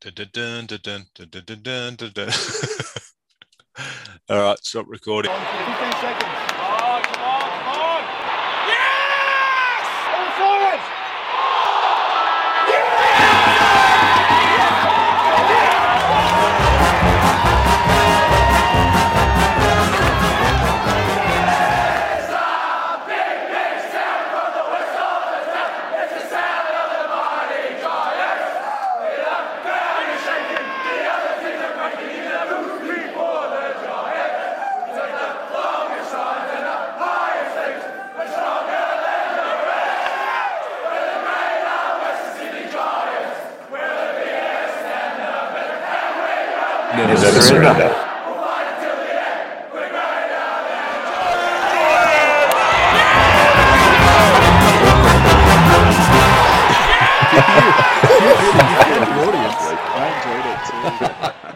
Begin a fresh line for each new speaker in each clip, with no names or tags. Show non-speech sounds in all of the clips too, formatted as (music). Dun-dun-dun, dun-dun, dun-dun-dun, dun-dun. (laughs) All right, stop recording.
15 seconds.
come on, come on.
All forward.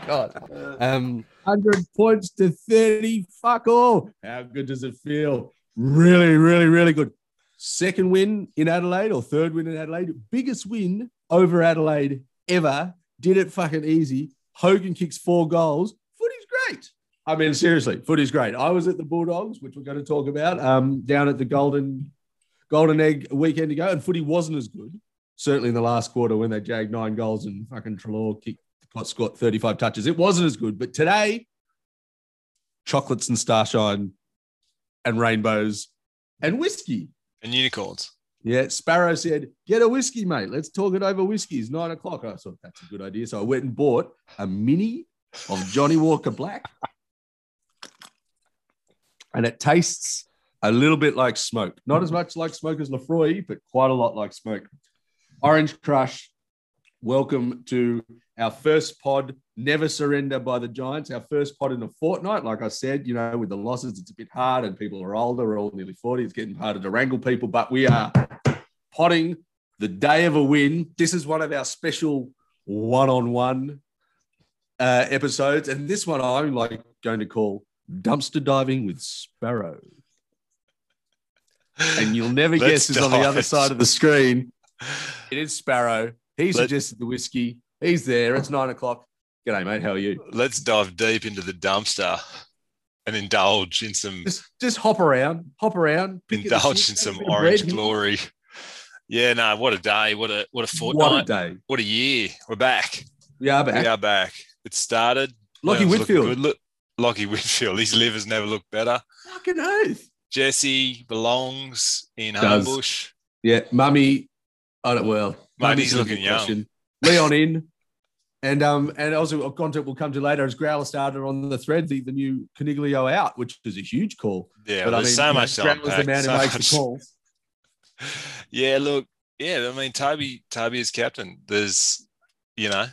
God. Um,
100 points to 30. Fuck all. How good does it feel? Really, really, really good. Second win in Adelaide or third win in Adelaide. Biggest win over Adelaide ever. Did it fucking easy. Hogan kicks four goals. Footy's great. I mean, seriously, footy's great. I was at the Bulldogs, which we're going to talk about, um, down at the Golden Golden Egg a weekend ago, and footy wasn't as good. Certainly in the last quarter when they jagged nine goals and fucking Trelaw kicked Scott Scott 35 touches. It wasn't as good, but today, chocolates and starshine and rainbows and whiskey.
And unicorns.
Yeah, Sparrow said, get a whiskey, mate. Let's talk it over whiskeys. Nine o'clock. I thought that's a good idea. So I went and bought a mini of Johnny Walker Black. And it tastes a little bit like smoke. Not as much like smoke as Lefroy, but quite a lot like smoke. Orange Crush, welcome to our first pod, Never Surrender by the Giants, our first pod in a fortnight. Like I said, you know, with the losses, it's a bit hard and people are older, we're all nearly 40. It's getting harder to wrangle people, but we are potting the day of a win. This is one of our special one on one episodes. And this one I'm like going to call Dumpster Diving with Sparrow. And you'll never
Let's
guess who's on the other
dive.
side of the screen. It is Sparrow. He
Let-
suggested the whiskey. He's there. It's nine o'clock. G'day, mate. How are you?
(laughs) Let's dive deep into the dumpster and indulge in some
Just just hop around, hop around. pick at the
indulge
shit,
in
have a
some
bit of
orange
bread.
glory. Yeah, no, what a day, what a what a fortnight,
What a
what a,
day.
year. We're back.
We are back.
We are back. It started.
Lockie
Playoffs looking
Whitfield.
good. Look, Lockie Whitfield. His liver's never looked better.
Fucking oath.
Jesse belongs in
Does.
Homebush.
Yeah, mummy. I don't well. mummy's
he's
a
looking
good
young.
question. Leon in. And um and also a content we'll come to later as Growler started on the thread, the, the new Caniglio out, which is a huge call.
Yeah, well, there's
you know,
so much to
Growler's the
unpack.
man
so
who makes
much-
the calls.
(laughs) Yeah, look, yeah, I mean, Toby, Toby is captain. There's, you know,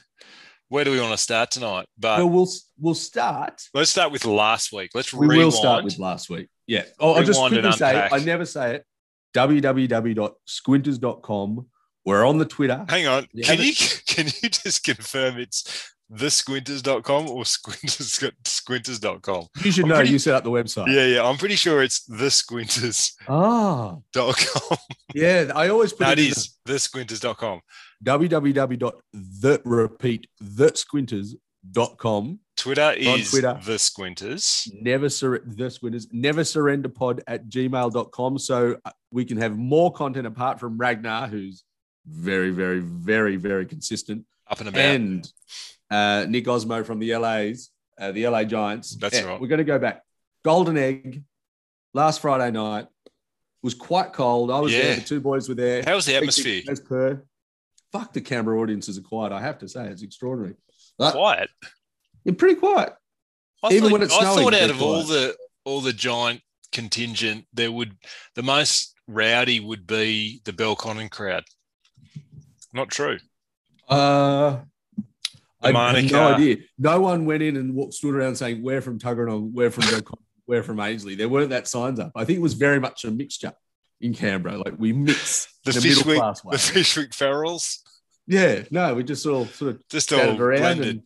where do we want to start tonight? But
Well, we'll we'll start
let's start with last week. Let's
We
rewind.
will start with last week. Yeah. Oh, I'll just
Rewind and
quickly say,
unpack.
I never say it. www.squinters.com. We're on the Twitter.
Hang on,
You
can
haven't-
you (laughs) can you just confirm it's thesquinters.com or squinters squinters.com?
You should
I'm
know
pretty-
you set up the website.
Yeah, yeah, I'm pretty sure it's thesquinters.com.
Ah, (laughs) yeah. I always put
that
it in
is thesquinters.com.
the www.the repeat thesquinters.com.
Twitter is
Twitter.
the squinters.
Never surrender the squinters. Never surrender pod at gmail.com. So uh, we can have more content apart from Ragnar, who's very, very, very, very consistent.
Up and about.
and uh, Nick Osmo from the LA's, uh, the LA Giants.
That's right.
We're going to go back. Golden Egg last Friday night was quite cold. I was there.
Yeah.
The two boys were there.
How's the atmosphere?
As per. Fuck the camera audiences are quiet. I have to say it's extraordinary. But
Quiet.
you're pretty quiet.
I
Even
thought,
when it's
I
snowing,
thought out
they're
of all
quiet.
the all the giant contingent, there would the most rowdy would be the Belconnen crowd. Not true.
Uh, I have
Monica.
no idea. No one went in and walked, stood around saying, "We're from Tuggeranong, we're from Belconnen, we're from Ainsley." There weren't that signs up. I think it was very much a mixture in Canberra. Like we mix
The
in a
fish
middle
wing-
class way.
The Fishwick Ferrells
Yeah, no, we just all sort of
just all
chatted around
blended.
and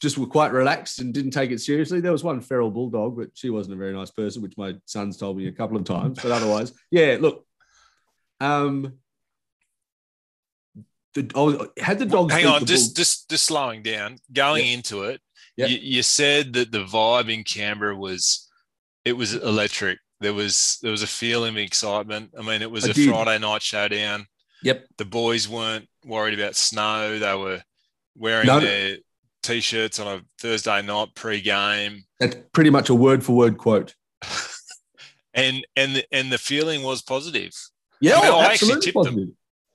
just were quite relaxed and didn't take it seriously. There was one feral bulldog, but she wasn't a very nice person, which my son's told me a couple of (laughs) times. But otherwise, yeah, look, um, The, I was- had the dogs.
Hang
beat
on,
the
just
Bull-
just just slowing down, going into it.
Yep.
You, you said that the vibe in Canberra was it was electric. There was there was a feeling of excitement. I mean, it was
I
a
did.
Friday night showdown.
Yep.
The boys weren't worried about snow. They were wearing
No.
their t-shirts on a Thursday night pre-game.
that's pretty much a word for word quote.
and and the, and the feeling was positive
Yeah,
Well,
oh,
I actually
absolutely
tipped them.
positive.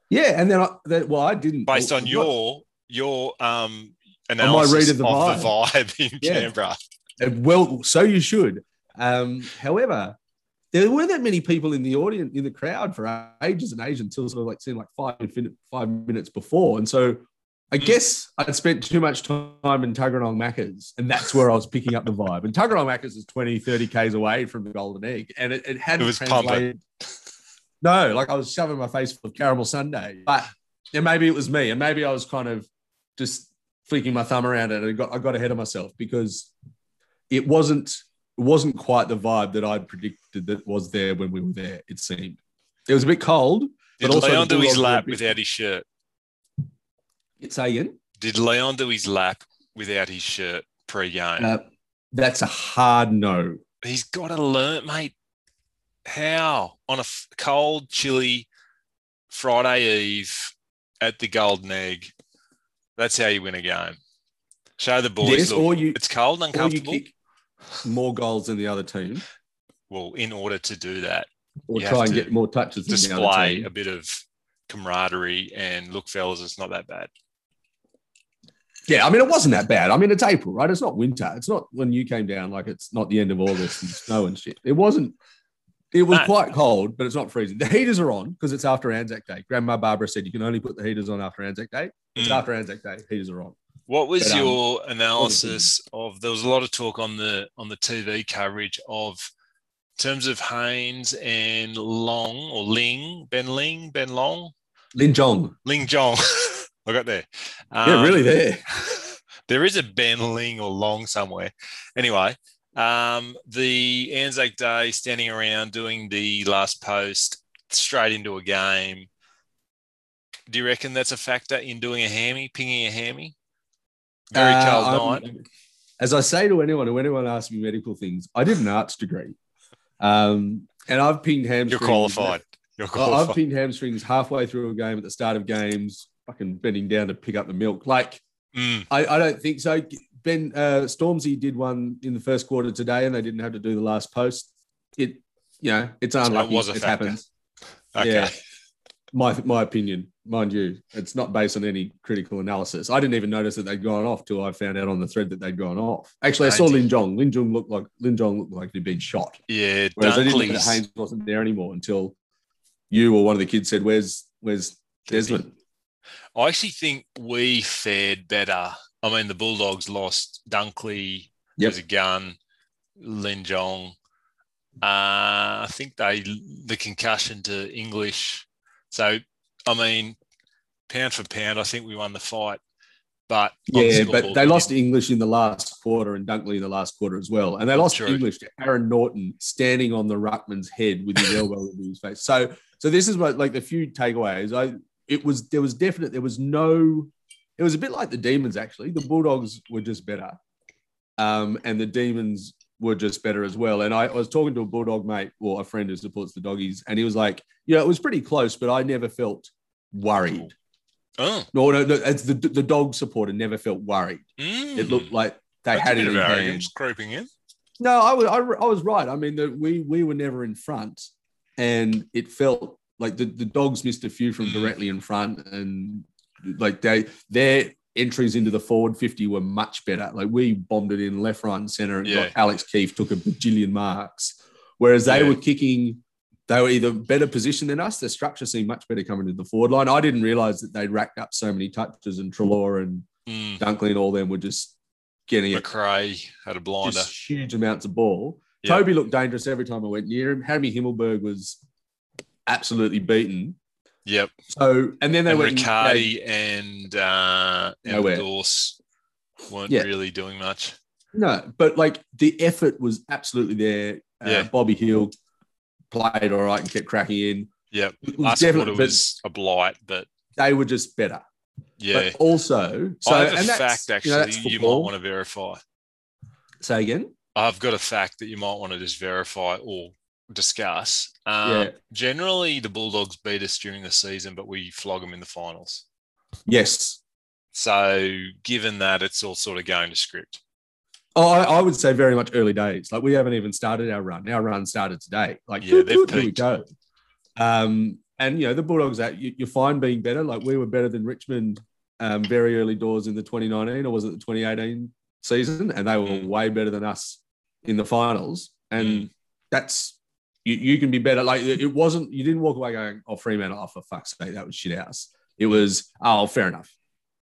Yeah, and then I, that, well, I didn't
based
well,
on
not-
your your um
my
analysis
read
of, the, vibe. in
Yeah.
Canberra.
Uh, Well, so you should. Um, however, there weren't that many people in the audience in the crowd for ages and ages until sort of like seemed like five fin- five minutes before, and so I
Mm.
guess I'd spent too much time in Tuggeranong Macca's, and that's where I was picking up the vibe. And Tuggeranong Macca's is 20, 30 k's away from the Golden Egg, and it, it hadn't
It was
translated. No, like I was shoving my face full of caramel sundae, but and maybe it was me, and maybe I was kind of just flicking my thumb around it, and I got I got ahead of myself because it wasn't it wasn't quite the vibe that I'd predicted that was there when we were there. It seemed it was a bit cold.
Did
But also
Leon
the
do his
Bulldogs were a
lap
bit-
without his shirt?
It's Ian.
Did Leon do his lap without his shirt pre-game?
Uh, that's a hard no.
He's got to learn, mate. How on a f- cold, chilly Friday eve at the Golden Egg? That's how you win a game. Show the boys.
yes,
look,
or you
it's cold and
or you
uncomfortable.
kick more goals than the other team,
Well, in order to do that,
or
You have
try and
to
get more touches than the other
display
team.
a bit of camaraderie and look, fellas, it's not that bad.
Yeah, I mean, it wasn't that bad. I mean, it's April, right? It's not winter. It's not when you came down, like it's not the end of August and snow and shit. It wasn't. It was
No.
quite cold, but it's not freezing. The heaters are on because it's after Anzac Day. Grandma Barbara said you can only put the heaters on after Anzac Day. It's
Mm.
after Anzac Day. Heaters are on.
What was
But, um,
your analysis of? There was a lot of talk on the on the TV coverage of in terms of Haynes and Long or Ling Ben Ling Ben Long
Lin Jong.
Ling Jong. (laughs) I got there.
yeah,
Um,
really there.
there is a Ben Ling or Long somewhere. Anyway, um, the Anzac Day standing around doing the last post straight into a game. Do you reckon that's a factor in doing a hammy, pinging a hammy? Very
Uh,
cold
I'm-
night.
As I say to anyone, when anyone asks me medical things, I did an arts degree. Um, and I've pinged hamstrings.
You're qualified. You're
I- I've
qualified.
pinged hamstrings halfway through a game at the start of games, fucking bending down to pick up the milk. Like,
Mm,
I, I don't think so. Ben uh, Stormzy did one in the first quarter today, and they didn't have to do the last post. It, you know, it's unlucky.
was a
it
factor.
happens.
okay.
Yeah. My my opinion, mind you, it's not based on any critical analysis. I didn't even notice that they'd gone off till I found out on the thread that they'd gone off. Actually, I saw
Amazing.
Lin Jong. Lin Jong looked like Lin Jong looked like he'd been shot.
Yeah.
Whereas I didn't know that
Dunkley's-
Haynes wasn't there anymore until you or one of the kids said, "Where's Where's Desmond?"
I actually think we fared better. I mean, the Bulldogs lost Dunkley
Yep.
as a gun, Lin Jong. Uh, I think they the concussion to English. So, I mean, pound for pound, I think we won the fight. But
Yeah,
obviously the
but
Bulldogs
they
didn't.
lost to English in the last quarter and Dunkley in the last quarter as well. And they lost
True.
to English to Aaron Norton standing on the ruckman's head
(laughs)
with his elbow over his face. So, so this is what like the few takeaways. I it was there was definite there was no it was a bit like the demons actually. The Bulldogs were just better, um, and the demons were just better as well. And I, I was talking to a Bulldog mate or a friend who supports the doggies, and he was like, "Yeah, it was pretty close, but I never felt worried."
Oh,
No, no, no it's the the dog supporter never felt worried.
mm.
It looked like they
That's a
had it
bit
in
of
hand.
arrogance creeping in.
No, I was I, I was right. I mean, the, we we were never in front, and it felt like the, the dogs missed a few from
Mm.
directly in front, and like they their entries into the forward fifty were much better. Like we bombed it in left, right, and center, and got
Yeah.
Alex Keefe took a bajillion marks, whereas they
Yeah.
were kicking. They were either better positioned than us. Their structure seemed much better coming to the forward line. I didn't realize that they'd racked up so many touches, and Trelaw and
Mm.
Dunkley and all them were just getting it
McRae had a blinder.
just huge amounts of ball.
Yeah.
Toby looked dangerous every time I went near him. Harry Himmelberg was absolutely beaten.
yep.
So, and then they
and
went
Riccardi and uh, and
Nowhere.
Dorse weren't
Yeah.
really doing much.
No, but like the effort was absolutely there. Uh,
Yeah.
Bobby Hill played all right and kept cracking in.
Yep.
It was
Last
definitely-
quarter
but
was a blight, but
they were just better.
Yeah.
But also, so
I have
and
a
that's,
fact
you know,
actually
that's
you, might
football.
want to verify.
say again.
I've got a fact that you might want to just verify or discuss. Um,
Yeah.
Generally, the Bulldogs beat us during the season, but we flog them in the finals.
Yes.
So, given that, it's all sort of going to script.
Oh, I, I would say very much early days. Like we haven't even started our run. Our run started today. Like
Yeah, they've
(laughs) here we
peaked.
go. Um, and you know the Bulldogs that you, you find being better. Like we were better than Richmond um, very early doors in the 2019 or was it the 2018 season, and they were
Mm.
way better than us in the finals. And
Mm.
that's you, you can be better. Like it it wasn't. You didn't walk away going, "Oh, Fremantle, oh for fuck's sake, that was shit house." It was, "Oh, fair enough."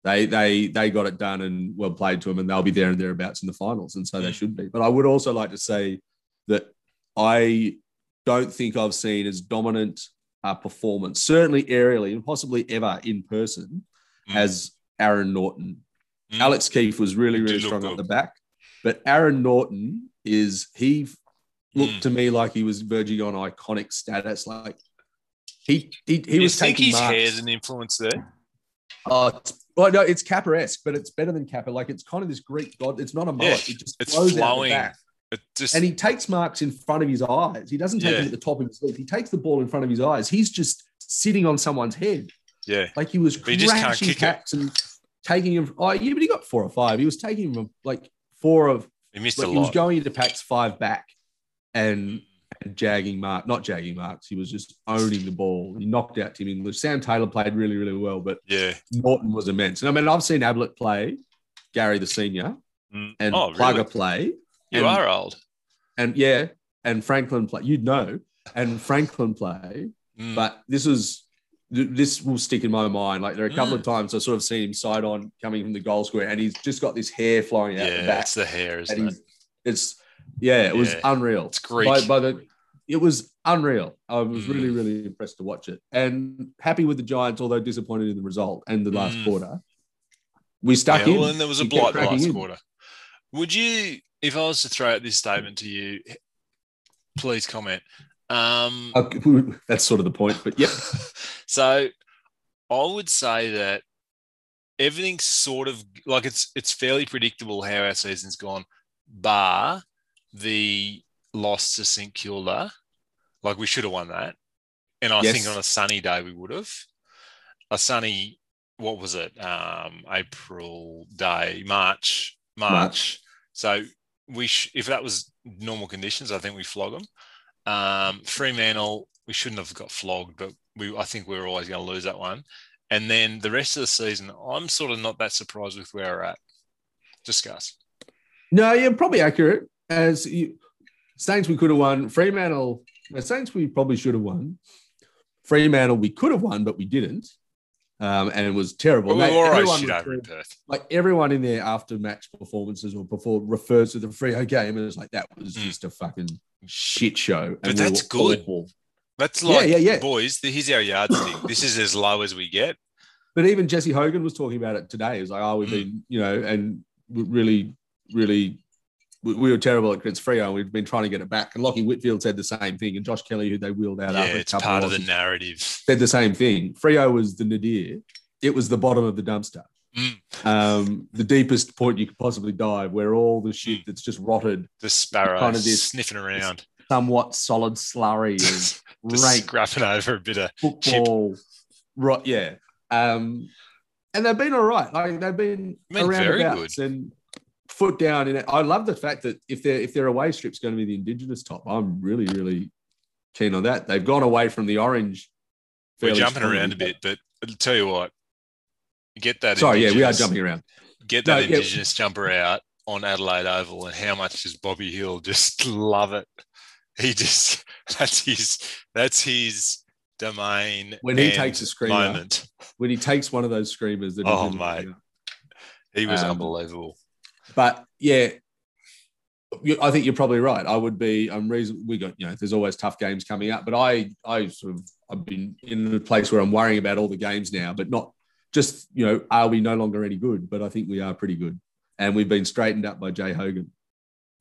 they they they got it done and well played to them, and they'll be there and thereabouts in the finals, and so they
Mm.
should be. But I would also like to say that I don't think I've seen as dominant a performance, certainly aerially and possibly ever in person,
Mm.
as Aaron Norton.
Mm.
Alex Keefe was really
He did
really
look
strong up
good.
the back, but Aaron Norton is he f- looked
Mm.
to me like he was verging on iconic status, like. He, he, he
you
was
think
taking
his
marks.
hair's an influence there?
Oh, it's, well, no, it's Kappa-esque, but it's better than Kappa. Like it's kind of this Greek god. It's not a mullet.
Yeah,
it just
it's
flows out the
flowing.
back.
It just
And he takes marks in front of his eyes. He doesn't take
Yeah.
them at the top of his legs. He takes the ball in front of his eyes. He's just sitting on someone's head.
yeah,
Like he was
But he just can't
crashing
kick it.
caps and taking him. Oh, yeah, but he got four or five. He was taking him like four of.
he missed
Like,
a
he was
lot.
going into packs five back, and and jagging mark, not jagging marks. He was just owning the ball. He knocked out Tim English. Sam Taylor played really, really well, but
yeah.
Norton was immense. And I mean, I've seen Ablett play, Gary the senior,
Mm.
and
oh,
Plugger
really?
play,
You
and-
are old.
and yeah, and Franklin play. You'd know, and Franklin play.
Mm.
But this is th- this will stick in my mind. Like there are a couple of
Mm.
times I sort of seen him side on coming from the goal square, and he's just got this hair flowing out
yeah,
the back.
that's the hair,
and
isn't it?
he's- it's yeah, it was
Yeah.
unreal.
It's Greek.
By, by the, it was unreal. I was
Mm.
really, really impressed to watch it and happy with the Giants, although disappointed in the result and the last
Mm.
quarter. We stuck
Yeah,
in.
well, and there was a
He kept
blight the
cracking
last
in.
quarter. Would you, if I was to throw out this statement to you, please comment. Um,
Okay, Uh, that's sort of the point, but (laughs) yep.
so I would say that everything's sort of like it's it's fairly predictable how our season's gone, bar the loss to St Kilda. Like we should have won that, and I
Yes.
think on a sunny day we would have. A sunny, what was it? Um, April day, March, March.
March.
So we, sh- if that was normal conditions, I think we flog them. Um, Fremantle, we shouldn't have got flogged, but we I think we were always going to lose that one. And then the rest of the season, I'm sort of not that surprised with where we're at. Discuss.
No, yeah, probably accurate. As you, Saints, we could have won. Fremantle, no, Saints, we probably should have won. Fremantle, we could have won, but we didn't. Um, and it was terrible.
Well, we
Mate,
were all
everyone
right shit
was
over in Perth.
like everyone in their after match performances or before refers to the Frio game and it's like that was
Mm.
just a fucking shit show.
But
and
that's
were
good.
awful.
That's
Yeah,
like,
yeah, yeah.
boys, th- here's our
(coughs)
yardstick. this is as low as we get.
But even Jesse Hogan was talking about it today. He was like, oh, we've
Mm.
been, you know, and we really, really, we, we were terrible against Frio and we've been trying to get it back. And Lockie Whitfield said the same thing. And Josh Kelly, who they wheeled out
yeah,
after a
it's
couple
part of the
losses,
narrative.
said the same thing. Frio was the nadir. It was the bottom of the dumpster.
Mm.
Um, the deepest point you could possibly dive, where all the
Hmm.
shit that's just rotted
The sparrow
Kind of this-
sniffing around,
somewhat solid (laughs)
(laughs)
slurry
just
of rank
scrapping over a bit of
football. Right, yeah. Um, and they've been all right. Like they've been
I mean,
around
very
abouts and foot down in it. I love the fact that if their if their away strip's going to be the indigenous top, I'm really really keen on that. They've gone away from the orange.
We're
fairly
jumping around a
strongly,
bit, but I'll tell you what, get that.
but- Sorry, yeah, we are
Indigenous-
jumping around.
Get
No,
that
yeah.
indigenous jumper out on Adelaide Oval, and how much does Bobby Hill just (laughs) love it? He just (laughs) that's his that's his domain.
When he
and
takes a screener.
moment,
When he takes one of those screamers, that
Oh,
indigenous-
mate. he was
Um,
unbelievable.
But yeah, you- I think you're probably right. I would be. I'm reason. We got you know. There's always tough games coming up, but I I sort of I've been in a place where I'm worrying about all the games now, but not just you know. Are we no longer any good? But I think we are pretty good, and we've been straightened up by Jay Hogan.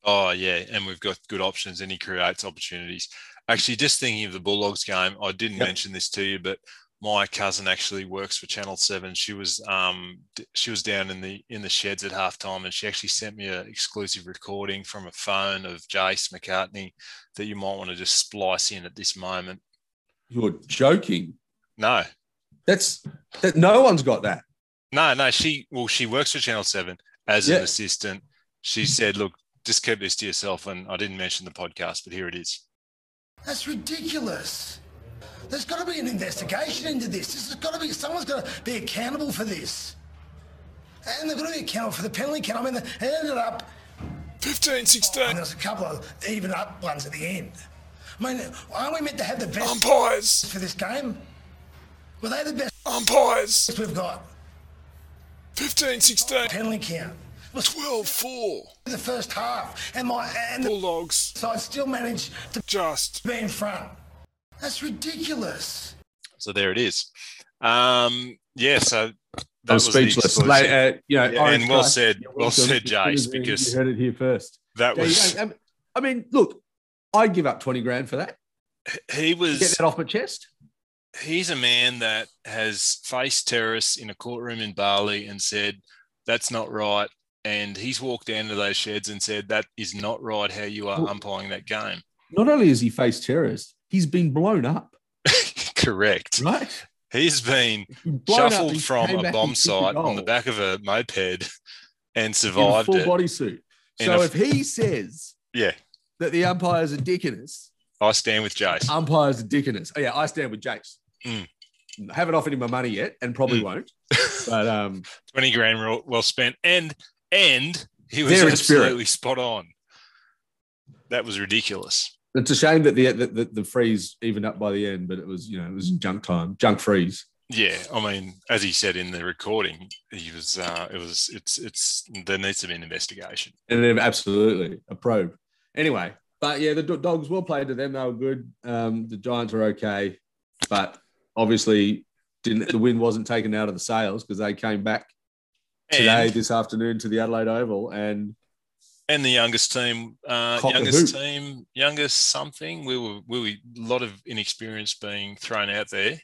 Oh yeah, and we've got good options, and he creates opportunities. Actually, just thinking of the Bulldogs game, I didn't
Yep.
mention this to you, but my cousin actually works for Channel Seven. She was um d- she was down in the in the sheds at halftime, and she actually sent me an exclusive recording from a phone of Jace McCartney that you might want to just splice in at this moment.
You're joking.
No,
That's that. No one's got that.
no, no. She well, she works for Channel Seven as
Yeah.
an assistant. She said, "Look, just keep this to yourself." And I didn't mention the podcast, but here it is.
That's ridiculous. There's got to be an investigation into this. This has got to be someone's got to be accountable for this, and they've got to be accountable for the penalty count. I mean, they ended up.
15,
And
16.
there's a couple of even up ones at the end. I mean, aren't we meant to have the best
Umpires!
for this game? Were they the best
Umpires!
we've got?
15, 16.
Penalty count. It was
12, 4.
the first half, and my and the
Bulldogs
side still managed to
just
be in front. That's ridiculous.
So there it is. Um, yeah. So that
I'm
was the
speechless.
exclusive.
Like, uh, you know,
Yeah,
Orange
and well
Guy.
said,
You're
well
welcome.
said,
As soon as
Jace,
you-
because-
you heard it here first.
that
Yeah, you
was
know, um, I mean, look, I'd give up twenty grand for that.
he was.
Get that off my chest.
he's a man that has faced terrorists in a courtroom in Bali and said, that's not right. And he's walked down to those sheds and said, that is not right how you are
Well-
umpiring that game. (laughs)
Not only has he faced terrorists, he's been blown up.
Correct.
Right?
He's been
Blown up
shuffled
and
from
came
a
back
bomb
and kicked a
site on the
goal.
back of a moped and
in a
survived
full
it.
body suit.
In
So
a-
if he says
Yeah.
that the umpires are dickiness,
I stand with Jace.
umpires are dickiness. Oh yeah, I stand with Jace.
Mm.
Haven't offered him my money yet, and
(laughs)
probably won't. But um,
20 grand real- well spent. And, and he was
They're in spirit.
absolutely spot on. That was ridiculous.
it's a shame that the, the the the freeze evened up by the end. But it was you know it was junk time, junk freeze.
Yeah, I mean, as he said in the recording, he was. Uh, it was. It's. It's. There needs to be an investigation.
And then absolutely a probe. Anyway, but yeah, the do- dogs well played to them. They were good. Um, the Giants are okay, but obviously didn't the wind wasn't taken out of the sails because they came back today
And,
this afternoon to the Adelaide Oval and
and the youngest team, uh,
Cock the
youngest
hoop.
team, youngest something. We were. We were a lot of inexperience being thrown out there,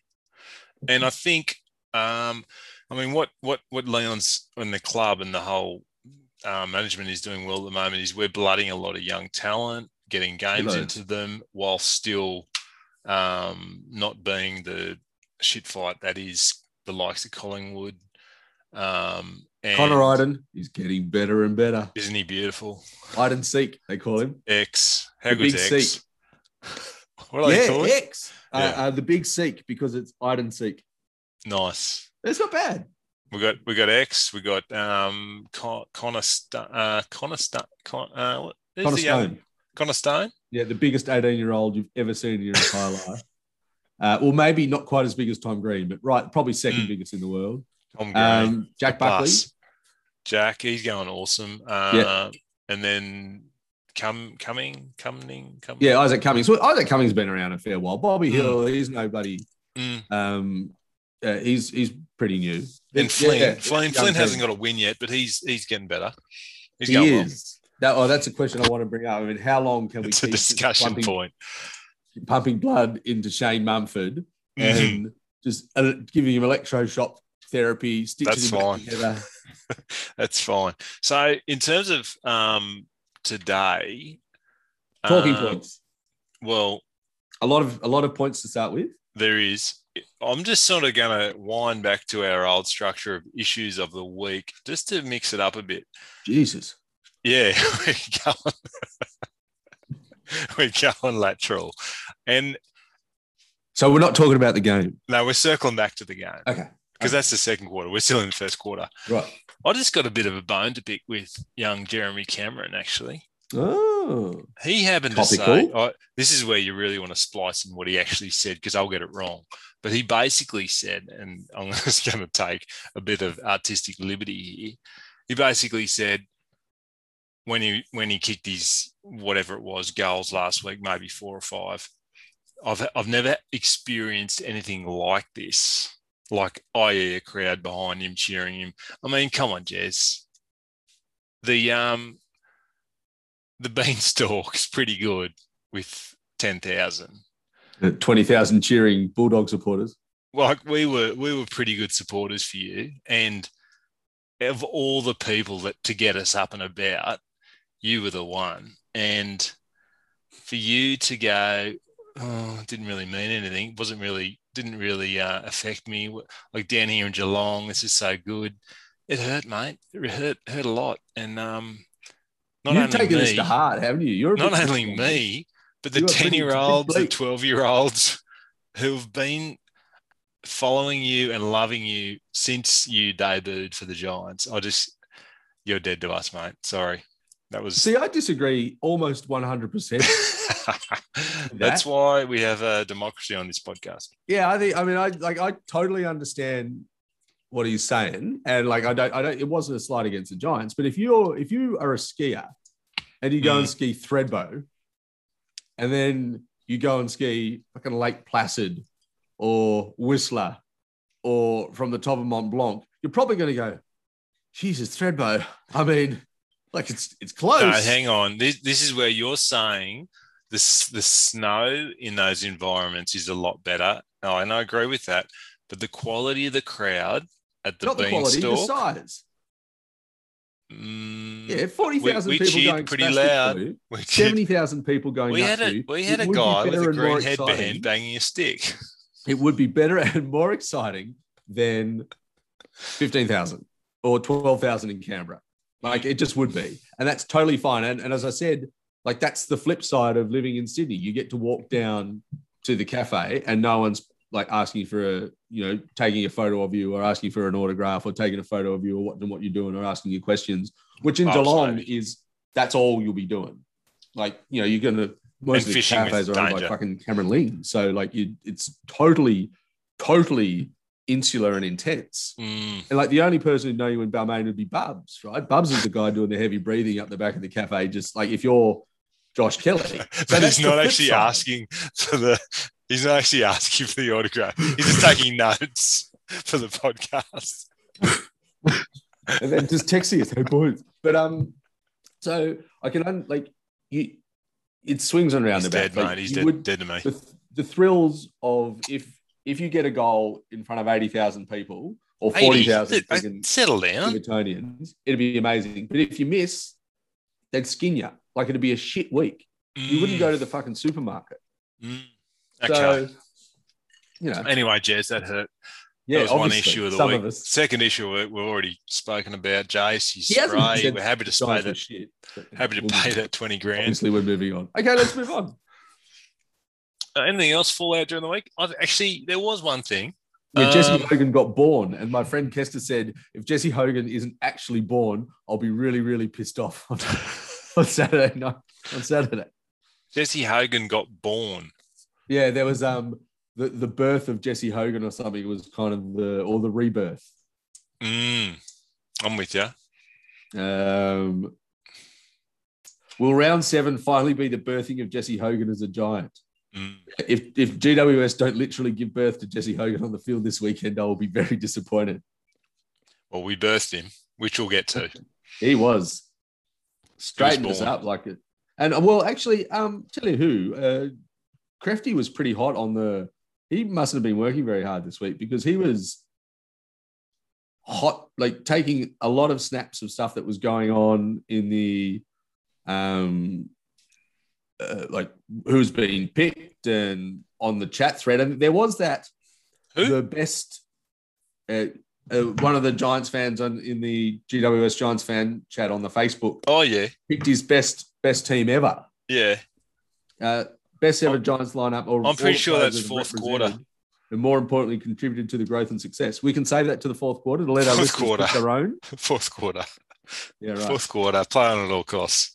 and I think. Um, I mean, what what what Leon's and the club and the whole uh, management is doing well at the moment is we're blooding a lot of young talent, getting games
Loads.
into them while still um, not being the shit fight that is the likes of Collingwood. Um, and
Connor Iden is getting better and better.
Isn't he beautiful?
Iden Seek, they call him.
X. How
The
good's
big
X?
seat.
(laughs) what are they called?
X. Uh,
Yeah.
uh, the big Seek because it's Iden Seek.
Nice.
That's not bad.
We got we got X. We got um Con- Connor St- uh, Connor St- Con- uh, what- who's
Connor
the young-
Stone.
Connor Stone.
Yeah, the biggest 18 year old you've ever seen in your
(laughs)
entire life. Uh, well, maybe not quite as big as Tom Green, but right, probably second
Mm.
biggest in the world.
Tom Gray.
Um, Jack Buckley.
Bus. Jack, he's going awesome. Uh,
Yeah.
And then come coming coming coming.
Yeah, Isaac Cummings. Well, Isaac Cummings been around a fair while. Bobby
Mm.
Hill, he's nobody.
Mm.
Um, uh, he's he's pretty new.
And Flynn, Flynn,
Young
Flynn
team.
hasn't got a win yet, but he's he's getting better. He's
He
going well.
is. That, oh, that's a question I want to bring up. I mean, how long can we
It's a
keep
discussion
pumping,
point.
pumping blood into Shane Mumford
Mhm.
and just uh, giving him electroshock therapy, stitching
That's
him
fine.
back together?
(laughs) That's fine. So in terms of um, today,
Talking
uh,
points.
Well,
A lot of a lot of points to start with.
there is. I'm just sort of going to wind back to our old structure of issues of the week, just to mix it up a bit.
Jesus.
Yeah, (laughs) we're going, we're going lateral. And
So we're not talking about the game.
no, we're circling back to the game
Okay.
because that's the second quarter. We're still in the first quarter.
Right.
I just got a bit of a bone to pick with young Jeremy Cameron, actually.
Oh.
He happened to say,
Topical.
I this is where you really want to splice in what he actually said because I'll get it wrong. But he basically said, and I'm (laughs) just going to take a bit of artistic liberty here. He basically said, when he when he kicked his whatever it was goals last week, maybe four or five, I've I've never experienced anything like this. Like, i.e., a crowd behind him cheering him. I mean, come on, Jez. The um the beanstalk's pretty good with 10,000.
The 20,000 cheering Bulldog supporters.
like we were we were pretty good supporters for you, and of all the people that to get us up and about, you were the one, and for you to go, oh, it didn't really mean anything. wasn't really didn't really uh, affect me. Like down here in Geelong, this is so good. It hurt, mate. It hurt hurt a lot, and um, not
You've
only
taken
me,
this to heart, haven't you? You're a
not
bit-
only me, but the
You are pretty
10 year olds, the
complete.
12 year olds who've been following you and loving you since you debuted for the Giants. I just, you're dead to us, mate. Sorry. That was.
See, I disagree almost 100%.
(laughs) That's why we have a democracy on this podcast.
Yeah, I think I mean I like I totally understand what he's saying. And like I don't I don't it wasn't a slide against the Giants, but if you're if you are a skier and you
Mm.
go and ski Threadbow and then you go and ski fucking Lake Placid or Whistler or from the top of Mont Blanc, you're probably gonna go, Jesus, Threadbow. I mean, like it's it's close.
No, hang on. This, this is where you're saying the, s- the snow in those environments is a lot better. No, and I agree with that. But the quality of the crowd at the
Not the quality, the
Beanstalk.
size.
Mm,
Yeah, forty thousand
we
people
cheered
going
pretty
spastic
loud.
for you.
we did-
seventy thousand people
(laughs)
going.
we had
nuts for
a
you,
we
it
had a
would be
guy with
better
a
and more
green
exciting.
headband banging a stick.
It would be better (laughs) and more exciting than fifteen thousand or twelve thousand in Canberra. Like it just would be, and that's totally fine. And, and as I said, like that's the flip side of living in Sydney. You get to walk down to the cafe, and no one's like asking for a you know taking a photo of you or asking for an autograph or taking a photo of you or what and what you're doing or asking you questions, which in
Oh,
Geelong
absolutely.
is that's all you'll be doing. Like you know you're gonna most
And
of the
fishing with
cafes are owned by
danger.
fucking Cameron Lee, so like you it's totally totally insular and intense.
Mm,
And like the only person who'd know you in Balmain would be Bubs, right? Bubs is the guy doing the heavy breathing up the back of the cafe, just like if you're Josh Kelly.
(laughs) but he's
that's the
not
flip
actually
side.
asking for the. He's not actually asking for the autograph. He's just taking notes for the podcast.
And then just texting us, hey boys. But um, so I can un- like you it swings and
He's
roundabouts.
dead,
Like,
mate. He's
you
dead,
would-
dead to me.
the, th- the thrills of if if you get a goal in front of 80,000 people or 40,000
Hey,
friggin'
Settle down.
Evertonians, it'd be amazing. But if you miss, they'd skin you. Like it'd be a shit week. You wouldn't go to the fucking supermarket.
Mm, Okay.
So, you know,
anyway, Jez, that hurt.
yeah,
that was one
obviously,
issue of the
some
week.
of us.
Second issue we- we've already spoken about. Jace, he's
He hasn't
spray.
said
We're happy to pay
Giants were
that.
shit. but
Happy to
we'll-
pay that twenty grand.
Obviously, we're moving on. Okay, let's move on.
Uh, anything else fall out during the week? I've actually there was one thing.
Yeah, Jesse
Um,
Hogan got born, and my friend Kester said, if Jesse Hogan isn't actually born, I'll be really, really pissed off (laughs) on, on Saturday night. On Saturday.
Jesse Hogan got born.
Yeah, there was um the, the birth of Jesse Hogan or something was kind of the or the rebirth.
Mm, I'm with you.
Um, will round seven finally be the birthing of Jesse Hogan as a giant?
Mm.
If if GWS don't literally give birth to Jesse Hogan on the field this weekend, I will be very disappointed.
Well, we birthed him, which we'll get to.
He was straightened
He was
us
born.
up like it. And uh, well, actually, um, tell you who, uh, Crafty was pretty hot on the. He mustn't have been working very hard this week because he was hot, like taking a lot of snaps of stuff that was going on in the, um, uh, like who's been picked and on the chat thread, and there was that
Who?
the best. Uh, uh, one of the Giants fans on in the GWS Giants fan chat on the Facebook
Oh yeah,
picked his best best team ever.
yeah. (laughs)
Uh, best ever Giants lineup. Or
I'm pretty
all
sure
players
that's
that
fourth
represented,
quarter.
And more importantly, contributed to the growth and success. We can save that to the fourth quarter to let our
Fourth
listeners
quarter.
pick their own.
Fourth quarter.
Yeah, right.
Fourth quarter. Play on at all costs.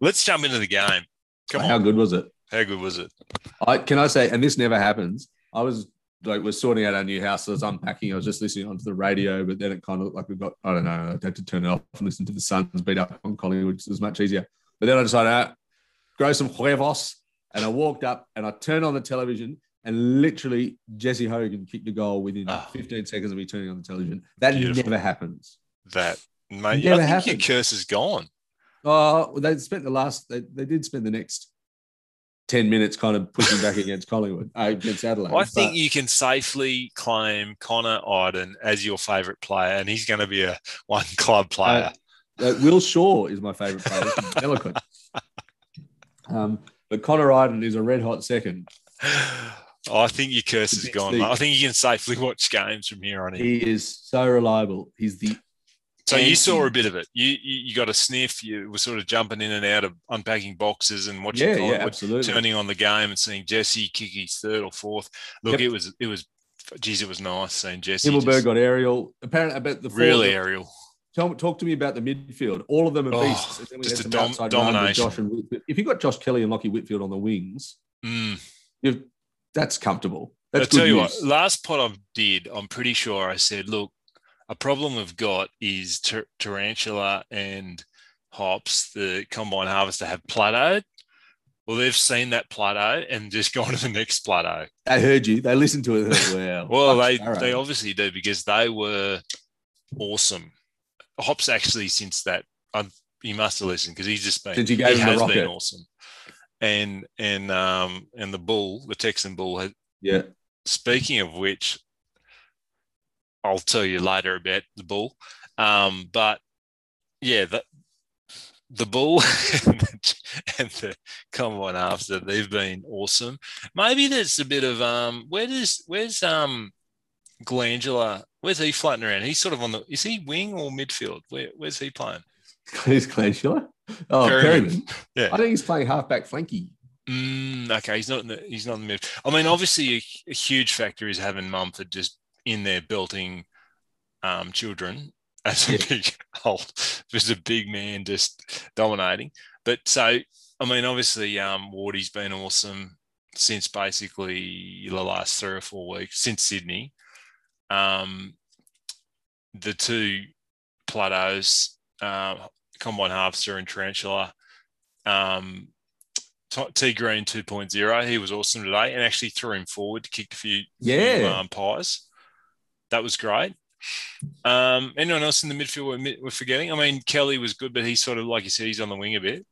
Let's jump into the game. Come
How
on.
good was it?
How good was it?
I can I say, and this never happens. I was like, we're sorting out our new house. So I was unpacking. I was just listening onto the radio, but then it kind of looked like we got. I don't know. I had to turn it off and listen to the Suns beat up on Collingwood. It was much easier. But then I decided, ah, grow some huevos, and I walked up and I turned on the television. And literally, Jesse Hogan kicked a goal within
Ah.
15 seconds of me turning on the television. That
Beautiful.
never happens.
That mate.
Never
I think
happened.
your curse is gone.
Oh, they spent the last. They, they did spend the next 10 minutes kind of pushing back (laughs) against Collingwood, uh, against Adelaide.
I think
But
you can safely claim Connor Iden as your favourite player, and he's going to be a (laughs) one club player.
Uh, Will Shaw is my favourite player. This is Eloquent. Um, but Connor Iden is a red hot second.
Oh, I think your curse is gone.
Big-
mate. I think you can safely watch games from here on in.
He is so reliable. He's the
So you
And-
saw a bit of it. You, you you got a sniff. You were sort of jumping in and out of unpacking boxes and watching
yeah, yeah,
Collingwood
absolutely.
turning on the game and seeing Jesse kick his third or fourth. Look,
Yep.
it was it was, geez, it was nice seeing Jesse. just
Himmelberg got aerial. Apparently, I bet the forward-
really aerial.
Tell, talk to me about the midfield. All of them are
Oh,
beasts. And then we
just
had
a
some
dom-
outside runs with
domination.
Josh and Whitfield. If you've got Josh Kelly and Lockie Whitfield on the wings,
Mm.
you've, that's comfortable.
I'll
That's good
tell you
news.
what. Last pot I did, I'm pretty sure I said, look, a problem we've got is tar- tarantula and hops. The combine harvester have plateaued. Well, they've seen that plateau and just (laughs) gone to the next plateau.
They heard you. They listened to it. and thought, Wow.
(laughs) Well,
fuck,
they
Sparrow.
they obviously do because they were awesome. Hops actually since that I, he must have listened because he's just been
Since you gave
he
him the
has been
rocket.
awesome. And and um and the bull, the Texan bull. Has,
yeah. (laughs)
speaking of which, I'll tell you later about the bull. Um, but yeah, the the bull (laughs) and the, and the combine after they've been awesome maybe there's a bit of um where does where's um Glandula where's he floating around? He's sort of on the is he wing or midfield? Where where's he playing?
Who's Clanshiller? Oh,
Perryman.
Perryman.
Yeah.
I think he's playing halfback flanky.
Mm, okay, he's not in the he's not in the mid. I mean, obviously a, a huge factor is having Mumford just in there belting um children as a
Yeah.
big (laughs) old just a big man just dominating. But so I mean obviously um Wardy's been awesome since basically the last three or four weeks since Sydney. Um the two plateaus, um combine harvester and tarantula. Um T T Green 2.0. He was awesome today and actually threw him forward, kicked a few few,
Yeah.
um, pies. That was great. Um, anyone else in the midfield we're, mi- we're forgetting? I mean, Kelly was good, but he's sort of like you said, he's on the wing a bit.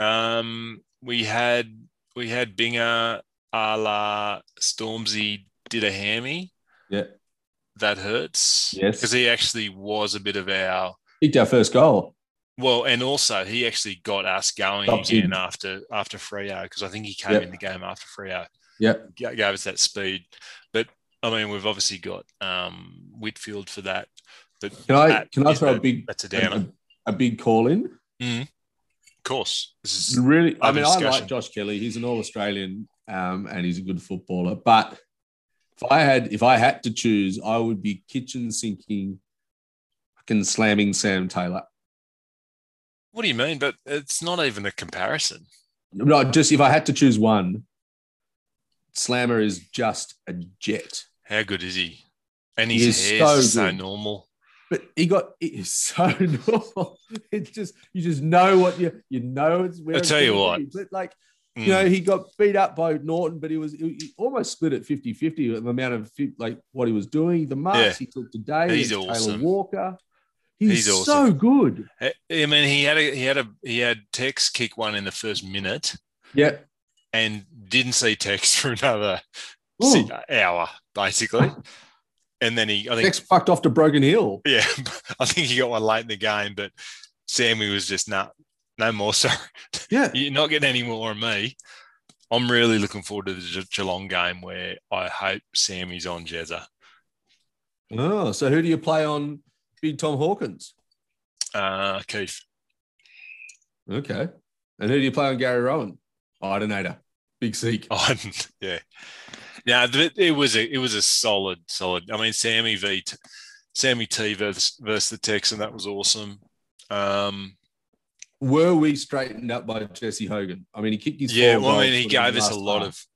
Um, we had we had Binger a la Stormzy did a hammy.
Yeah.
That hurts.
Yes.
Because he actually was a bit of our
Kicked our first goal.
well, and also he actually got us going
Top
again
team.
after after Frio because I think he came
Yep.
in the game after Frio.
Yep.
Ga- gave us that speed. But I mean, we've obviously got um, Whitfield for that. But
Can I
that
can I
is
throw
a-
a big
that's a
a,
downer.
a- a big call in?
Of course, this is
Really, I
Other
mean, I
discussion.
like Josh Kelly. He's an All Australian, um, and he's a good footballer. But if I had, if I had to choose, I would be kitchen sinking, fucking slamming Sam Taylor.
what do you mean? But it's not even a comparison.
No, just if I had to choose one, Slammer is just a jet.
How good is he? And
He
his
is
hair's so,
so good.
normal.
But he got it's so (laughs) normal. It's just you just know what you you know it's where
I'll
it's
tell you
gonna
what.
be. But like
Mm.
you know, he got beat up by Norton, but he was he he almost split at 50 50 the amount of fi- like what he was doing, the marks he took today.
He's
against
awesome.
Taylor Walker. He's,
He's
so
awesome.
good.
I I mean, Mm. he had a he had a he had Tex kick one in the first minute
Yeah.
and didn't see Tex (laughs) for another
Ooh.
si- uh, hour basically. And then he, I think,
Next fucked off to Broken Hill.
(laughs) yeah, (laughs) I think he got one late in the game, but Sammy was just not, no more. (laughs) Sorry,
Yeah.
you're not getting any more on me. I'm really looking forward to the Ge- Geelong game where I hope Sammy's on Jezza.
Oh, so who do you play on Big Tom Hawkins?
Uh, Keith, (laughs)
Okay. And who do you play on Gary Rowan? Idenator. Big Seek.
on yeah, yeah. th- It was a it was a solid solid. I mean, Sammy v T- Sammy T versus, versus the Texan that was awesome. Um,
Were we straightened up by Jesse Hogan? I mean, he kicked his
Yeah,
four
well, I
goals
mean, he
for the
gave us a
last
lot
half.
of.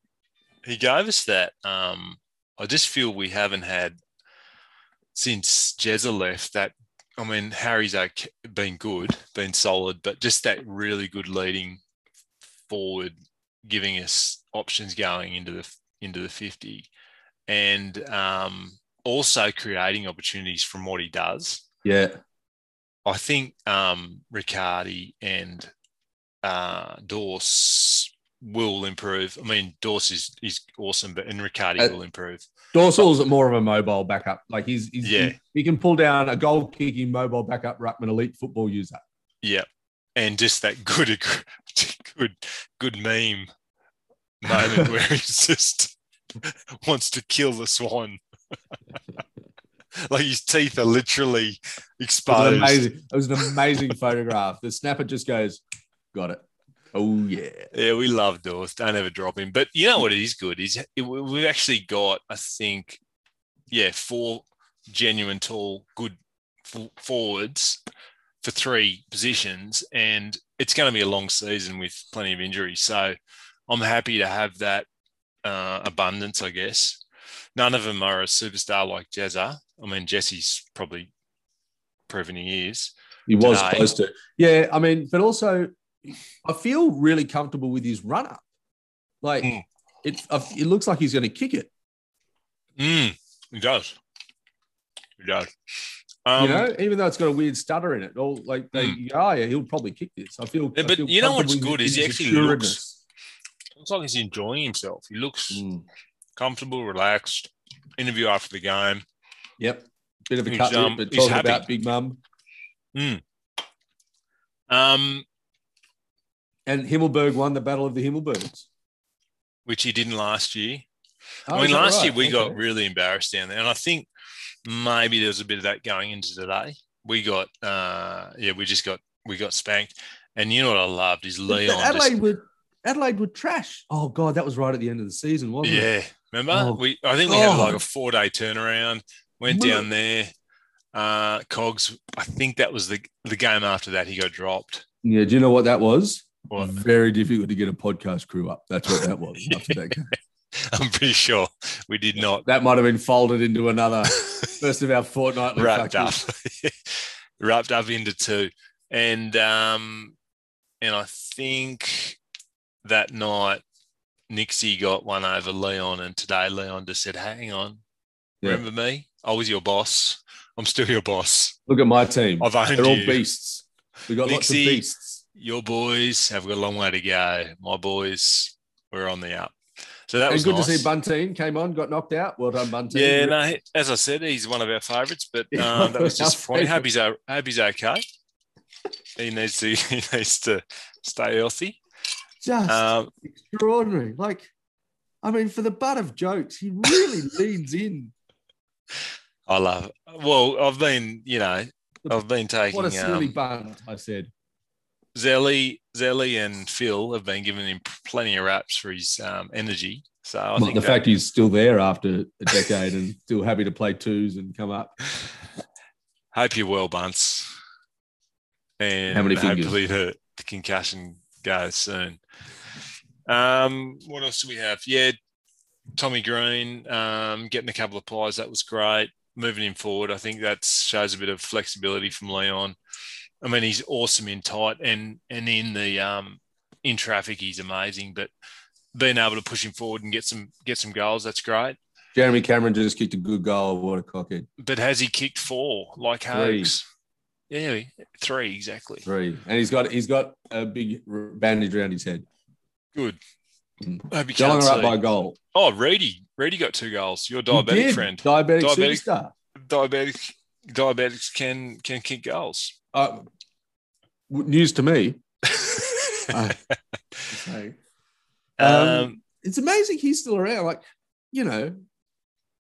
He gave us that. Um, I just feel we haven't had since Jezza left. That I mean, Harry's ok- been good, been solid, but just that really good leading forward, giving us options going into the into the fifty, and um, also creating opportunities from what he does.
yeah.
I think um, Riccardi and uh, Dorse will improve. I mean, Dorse is, is awesome, but Enricardi
Uh,
will improve.
Dorsal's more of a mobile backup. Like he's, he's
Yeah.
he, he can pull down a goal kicking mobile backup ruckman elite football user.
Yeah, and just that good, (laughs) good, good meme moment where
(laughs)
he just wants to kill the swan. (laughs) like his teeth are literally
It was, an
exposed.
amazing, it was an amazing (laughs) photograph. The snapper just goes, got it. Oh yeah.
Yeah, we love Dorth. Don't ever drop him. But you know what? It is good. Is it- we- we've actually got, I think, yeah, four genuine tall, good f- forwards for three positions, and it's going to be a long season with plenty of injuries. So I'm happy to have that uh, abundance, I guess. None of them are a superstar like Jazza. I mean, Jesse's probably proven he is.
He was
Today.
supposed to. Yeah, I mean, but also, I feel really comfortable with his run up. Like
Mm.
it, it looks like he's going to kick it.
Mm, he does. He does. Um, Hmm.
you know, even though it's got a weird stutter in it, all like they, oh yeah, he'll probably kick this. I feel,
Yeah,
I
but
feel
you know what's
comfortable
good
in
is he
his
actually
assuredness.
looks like he's enjoying himself. He looks
Mm.
comfortable, relaxed. Interview after the game.
Yep, bit of a
He's,
cut,
um,
but
he's
talking
happy.
about Big Mum
Um,
and Himmelberg won the Battle of the Himmelbergs.
which he didn't last year.
Oh,
I mean,
is that
last
right?
year we got
Okay.
really embarrassed down there, and I think maybe there was a bit of that going into today. We got, uh, yeah, we just got we got spanked. And you know what I loved is
But
Leon. just-
Adelaide were Adelaide were trash. Oh god, that was right at the end of the season, wasn't it?
yeah, remember
Oh,
we? I think we had like a
God.
four day turnaround. Went
Well-
down there. Uh, Cogs, I think that was the the game after that he got dropped.
Yeah, do you know what that was?
What?
Very difficult to get a podcast crew up. That's what that was. after that, game.
(laughs) I'm pretty sure we did not
that might have been folded into another first of our fortnightly
wrapped
fuck
up,
(laughs)
wrapped up into two, and um, and I think that night Nixie got one over Leon, and today Leon just said, "Hang on,
Yeah.
remember me? I was your boss. I'm still your boss.
Look at my team.
I've owned
They're all
you.
beasts. We got lots of
Nixie.
beasts.
Your boys have got a long way to go. My boys, we're on the up." So that
And
was
good
nice.
to see Bunteen came on, got knocked out. Well done, Bunteen.
Yeah, no, he- as I said, he's one of our favourites,
(laughs)
but um, that was
Our
disappointing. Hope
favourite.
he's, o- hope he's okay. He needs to (laughs) he needs to stay healthy.
just
Um,
extraordinary. Like, I mean, for the butt of jokes, he
(laughs)
really leans in.
I love. It. Well, I've been you know I've been taking
What a silly
um,
bunt! I said.
Zelly Zelly and Phil have been giving him plenty of raps for his um, energy. So I
Well,
think
the
that-
fact he's still there after a decade and still happy to play twos and come up.
hope you're well, Bunce, and
How many fingers?
hopefully the, the concussion goes soon. Um, what else do we have? Yeah, Tommy Green um, getting a couple of plies. That was great. Moving him forward, I think that shows a bit of flexibility from Leon. I mean, he's awesome in tight and and in the um, in traffic, he's amazing. But being able to push him forward and get some get some goals, that's great.
Jeremy Cameron just kicked a good goal. What a cockhead.
But has he kicked four like
Three.
Hogs? Yeah, three exactly.
Three. And he's got he's got a big r- bandage around his head.
Good.
Mm.
Hope you
Geelong
can't
are up
see.
by a goal.
oh, Reedy. Reedy got two goals. Your
He
diabetic
did.
friend.
Diabetic,
Diabetic.
superstar.
Diabetic diabetics can can kick goals.
Uh, w- news to me. Uh, so,
um,
um, it's amazing he's still around. Like, you know,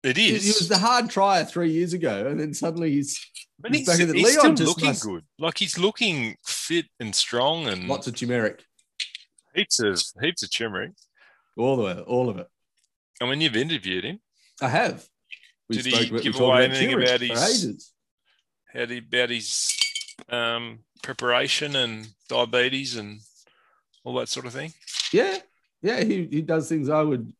it
he, he
is.
was the hard trier three years ago, and then suddenly he's
but
he's
he's,
back in the-
he's
Leon
still
just
looking
must-
good. Like he's looking fit and strong and
lots of turmeric.
heaps of heaps of turmeric.
All the way, all of it.
I mean, you've interviewed him.
I have.
Did he
spoke about- we
give
talked
away
about
anything
Turin
about
for
his-
ages.
How did about his um, preparation and diabetes and all that sort of thing?
Yeah, yeah, he, he does things I would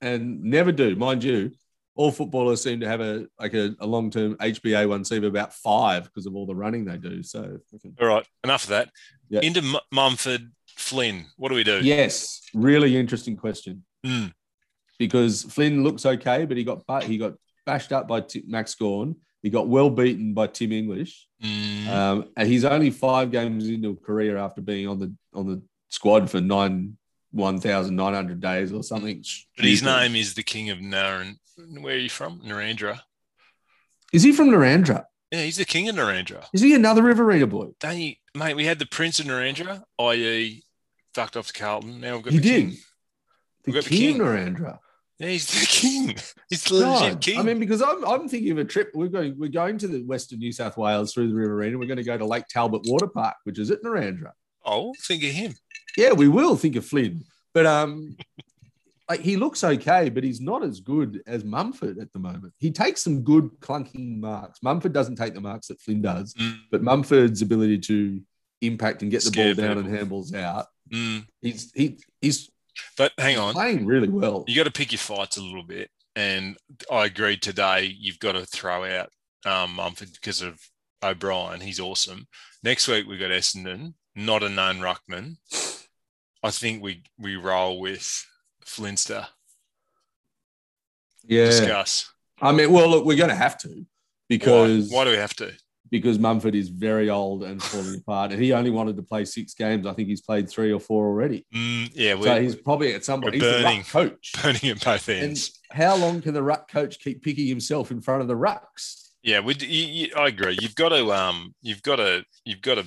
and never do, mind you. All footballers seem to have a like a, a long term HbA1c of about five because of all the running they do. So fucking-
All right, enough of that.
Yeah.
Into M- Mumford Flynn. What do we do?
yes, really interesting question
Mm,
because Flynn looks okay, but he got but he got bashed up by Ti- Max Gorn. He got well beaten by Tim English.
mm.
Uh, Um, and he's only five games into a career after being on the on the squad for nine 1,900 days or something.
But his
stupid.
name is the King of Naran. Where are you from? Narendra.
Is he from Narendra?
Yeah, he's the King of Narendra.
Is he another Riverina boy?
Don't you, mate? We had the Prince of Narendra, i.e., fucked off to Carlton. Now we've got
He
the
did.
King.
The
We've got the
king,
king.
of Narendra.
Yeah, he's the (laughs) King. He's the legit
God.
King.
I mean, because I'm, I'm thinking of a trip. We're going we're going to the west of New South Wales through the Riverina. We're going to go to Lake Talbot Water Park, which is at Narendra.
oh, think of him.
Yeah, we will think of Flynn, but um, like he looks okay, but he's not as good as Mumford at the moment. He takes some good clunking marks. Mumford doesn't take the marks that Flynn does,
Mm,
but Mumford's ability to impact and get the
Scare
ball down
people.
and handballs out.
mm.
He's he he's
But hang on,
playing really well.
you got to pick your fights a little bit. And I agreed today. You've got to throw out um, Mumford because of O'Brien. He's awesome. Next week we got Essendon, not a known ruckman. I think we we roll with Flinster.
Yeah,
Discuss
I mean, well, look, we're going to have to because
why, why do we have to?
because Mumford is very old and falling apart, and he only wanted to play six games. I think he's played three or four already.
Mm, yeah, we're
so he's probably at some point he's
we're
the
burning.
ruck coach.
burning at both
And
ends.
how long can the ruck coach keep picking himself in front of the rucks?
yeah, we, you, you, I agree. You've got to um, you've got to you've got to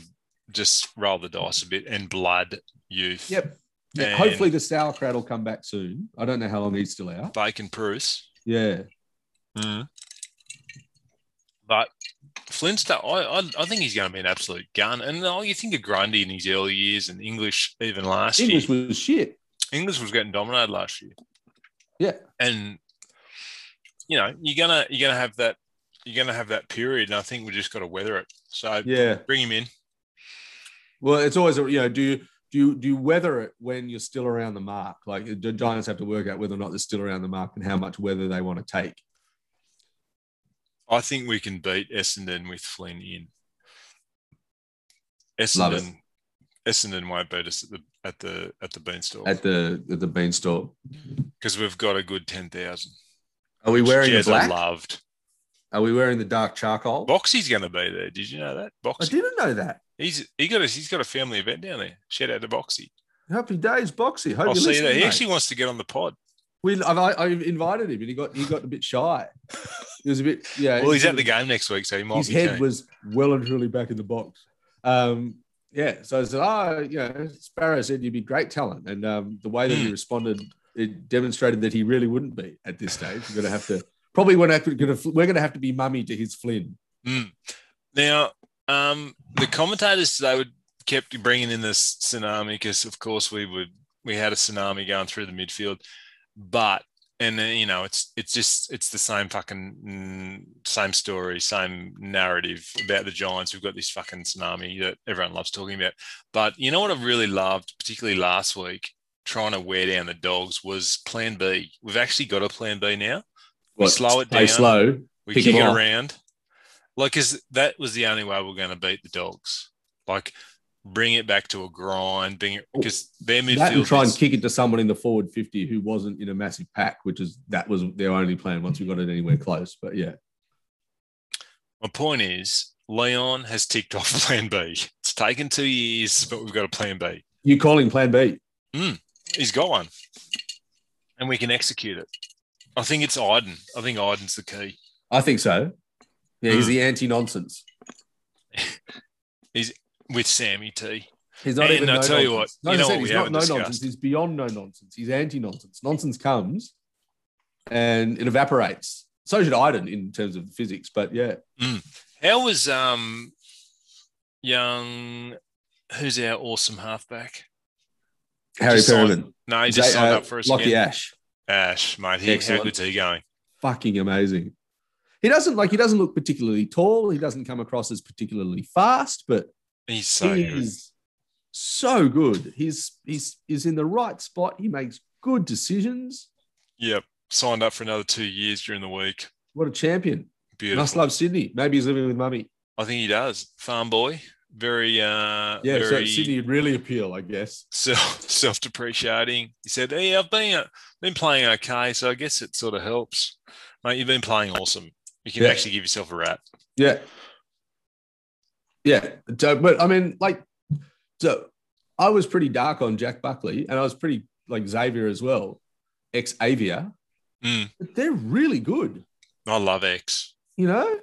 just roll the dice a bit and blood youth.
Yep. Yeah,
And-
hopefully the sauerkraut will come back soon. I don't know how long he's still out.
Bacon Bruce.
Yeah.
But Flinster, I, I I think he's going to be an absolute gun. And oh, you think of Grundy in his early years and English even last
English
year.
was shit.
English was getting dominated last year.
Yeah.
And you know you're gonna you're gonna have that you're gonna have that period, and I think we just got to weather it. So
Yeah.
bring him in.
Well, it's always you know, do you do you do you weather it when you're still around the mark? Like the Giants have to work out whether or not they're still around the mark and how much weather they want to take.
I think we can beat Essendon with Flynn in.
Love it.
Essendon, Essendon won't beat us at the at the at the beanstalk
At the at the beanstalk.
because we've got a good ten thousand.
Are we wearing the
Jez
black?
Loved.
Are we wearing the dark charcoal?
Boxy's going to be there. Did you know that?
I
Boxy.
didn't know that.
He's he got a, he's got a family event down there. Shout out to Boxy.
Happy days, Boxy. Hope
I'll
you
see you
listen,
there. He
mate.
actually wants to get on the pod.
We, I, I I invited him, and he got he got a bit shy. He was a bit, yeah.
Well, he's at the game next week, so he might.
His
be
head
keen.
was well and truly back in the box. Um, yeah. So I said, oh, you know, Sparrow said you'd be great talent, and um, the way that
Hmm.
he responded, it demonstrated that he really wouldn't be at this stage. We're gonna have to probably we're gonna we're gonna have to be mummy to his Flynn.
Mm. Now, um, the commentators today would kept bringing in this tsunami because, of course, we would we had a tsunami going through the midfield, but and uh, you know it's it's just it's the same fucking mm, same story, same narrative about the Giants. We've got this fucking tsunami that everyone loves talking about. But you know what I've really loved, particularly last week, trying to wear down the dogs was Plan B. We've actually got a Plan B now. We slow it
Play
down.
slow.
We
Pick
kick it
'em off.
around. Like, is that was the only way we are going to beat the dogs? Like, bring it back to a grind, bring it because their
That and
midfield.
try and
is-
kick it to someone in the forward 50 who wasn't in a massive pack, which is that was their only plan once we got it anywhere close. But yeah,
My point is, Leon has ticked off (laughs) Plan B. It's taken two years, but we've got a Plan B.
you calling plan B.
He's got one, and we can execute it. I think it's Iden. I think Iden's the key.
I think so. Yeah,
Hmm.
he's the anti nonsense.
With Sammy T,
He's not
And
even.
I'll
no
tell you
nonsense.
what,
No,
you know
I said
what
he's
we
not
haven't
no nonsense.
discussed?
He's beyond no nonsense. He's anti nonsense. Nonsense comes and it evaporates. So should Iden in terms of physics. But yeah,
how was um young? Who's our awesome halfback?
Harry
Just signed-
Perriman.
No, he just
Zay-
signed
uh,
up for us.
Lockie
again.
Ash.
Ash, mate. He, how
Excellent.
good's he going?
fucking amazing. He doesn't like he doesn't look particularly tall. He doesn't come across as particularly fast, but
He's
he
so good.
is so good. He's he's is in the right spot. He makes good decisions.
Yep. Signed up for another two years during the week.
What a champion.
Beautiful.
Must love Sydney. Maybe he's living with mummy.
I think he does. Farm boy. Very uh
Yeah, so
very
Sydney would really appeal, I guess.
(laughs) self self depreciating. He said, Hey, I've been uh, been playing okay, so I guess it sort of helps. Mate, you've been playing awesome. You can
Yeah.
actually give yourself a rat.
Yeah. Yeah. So, but I mean, like, so I was pretty dark on Jack Buckley and I was pretty like Xavier as well, ex Avia.
Mm.
But They're really good,
I love X
you know,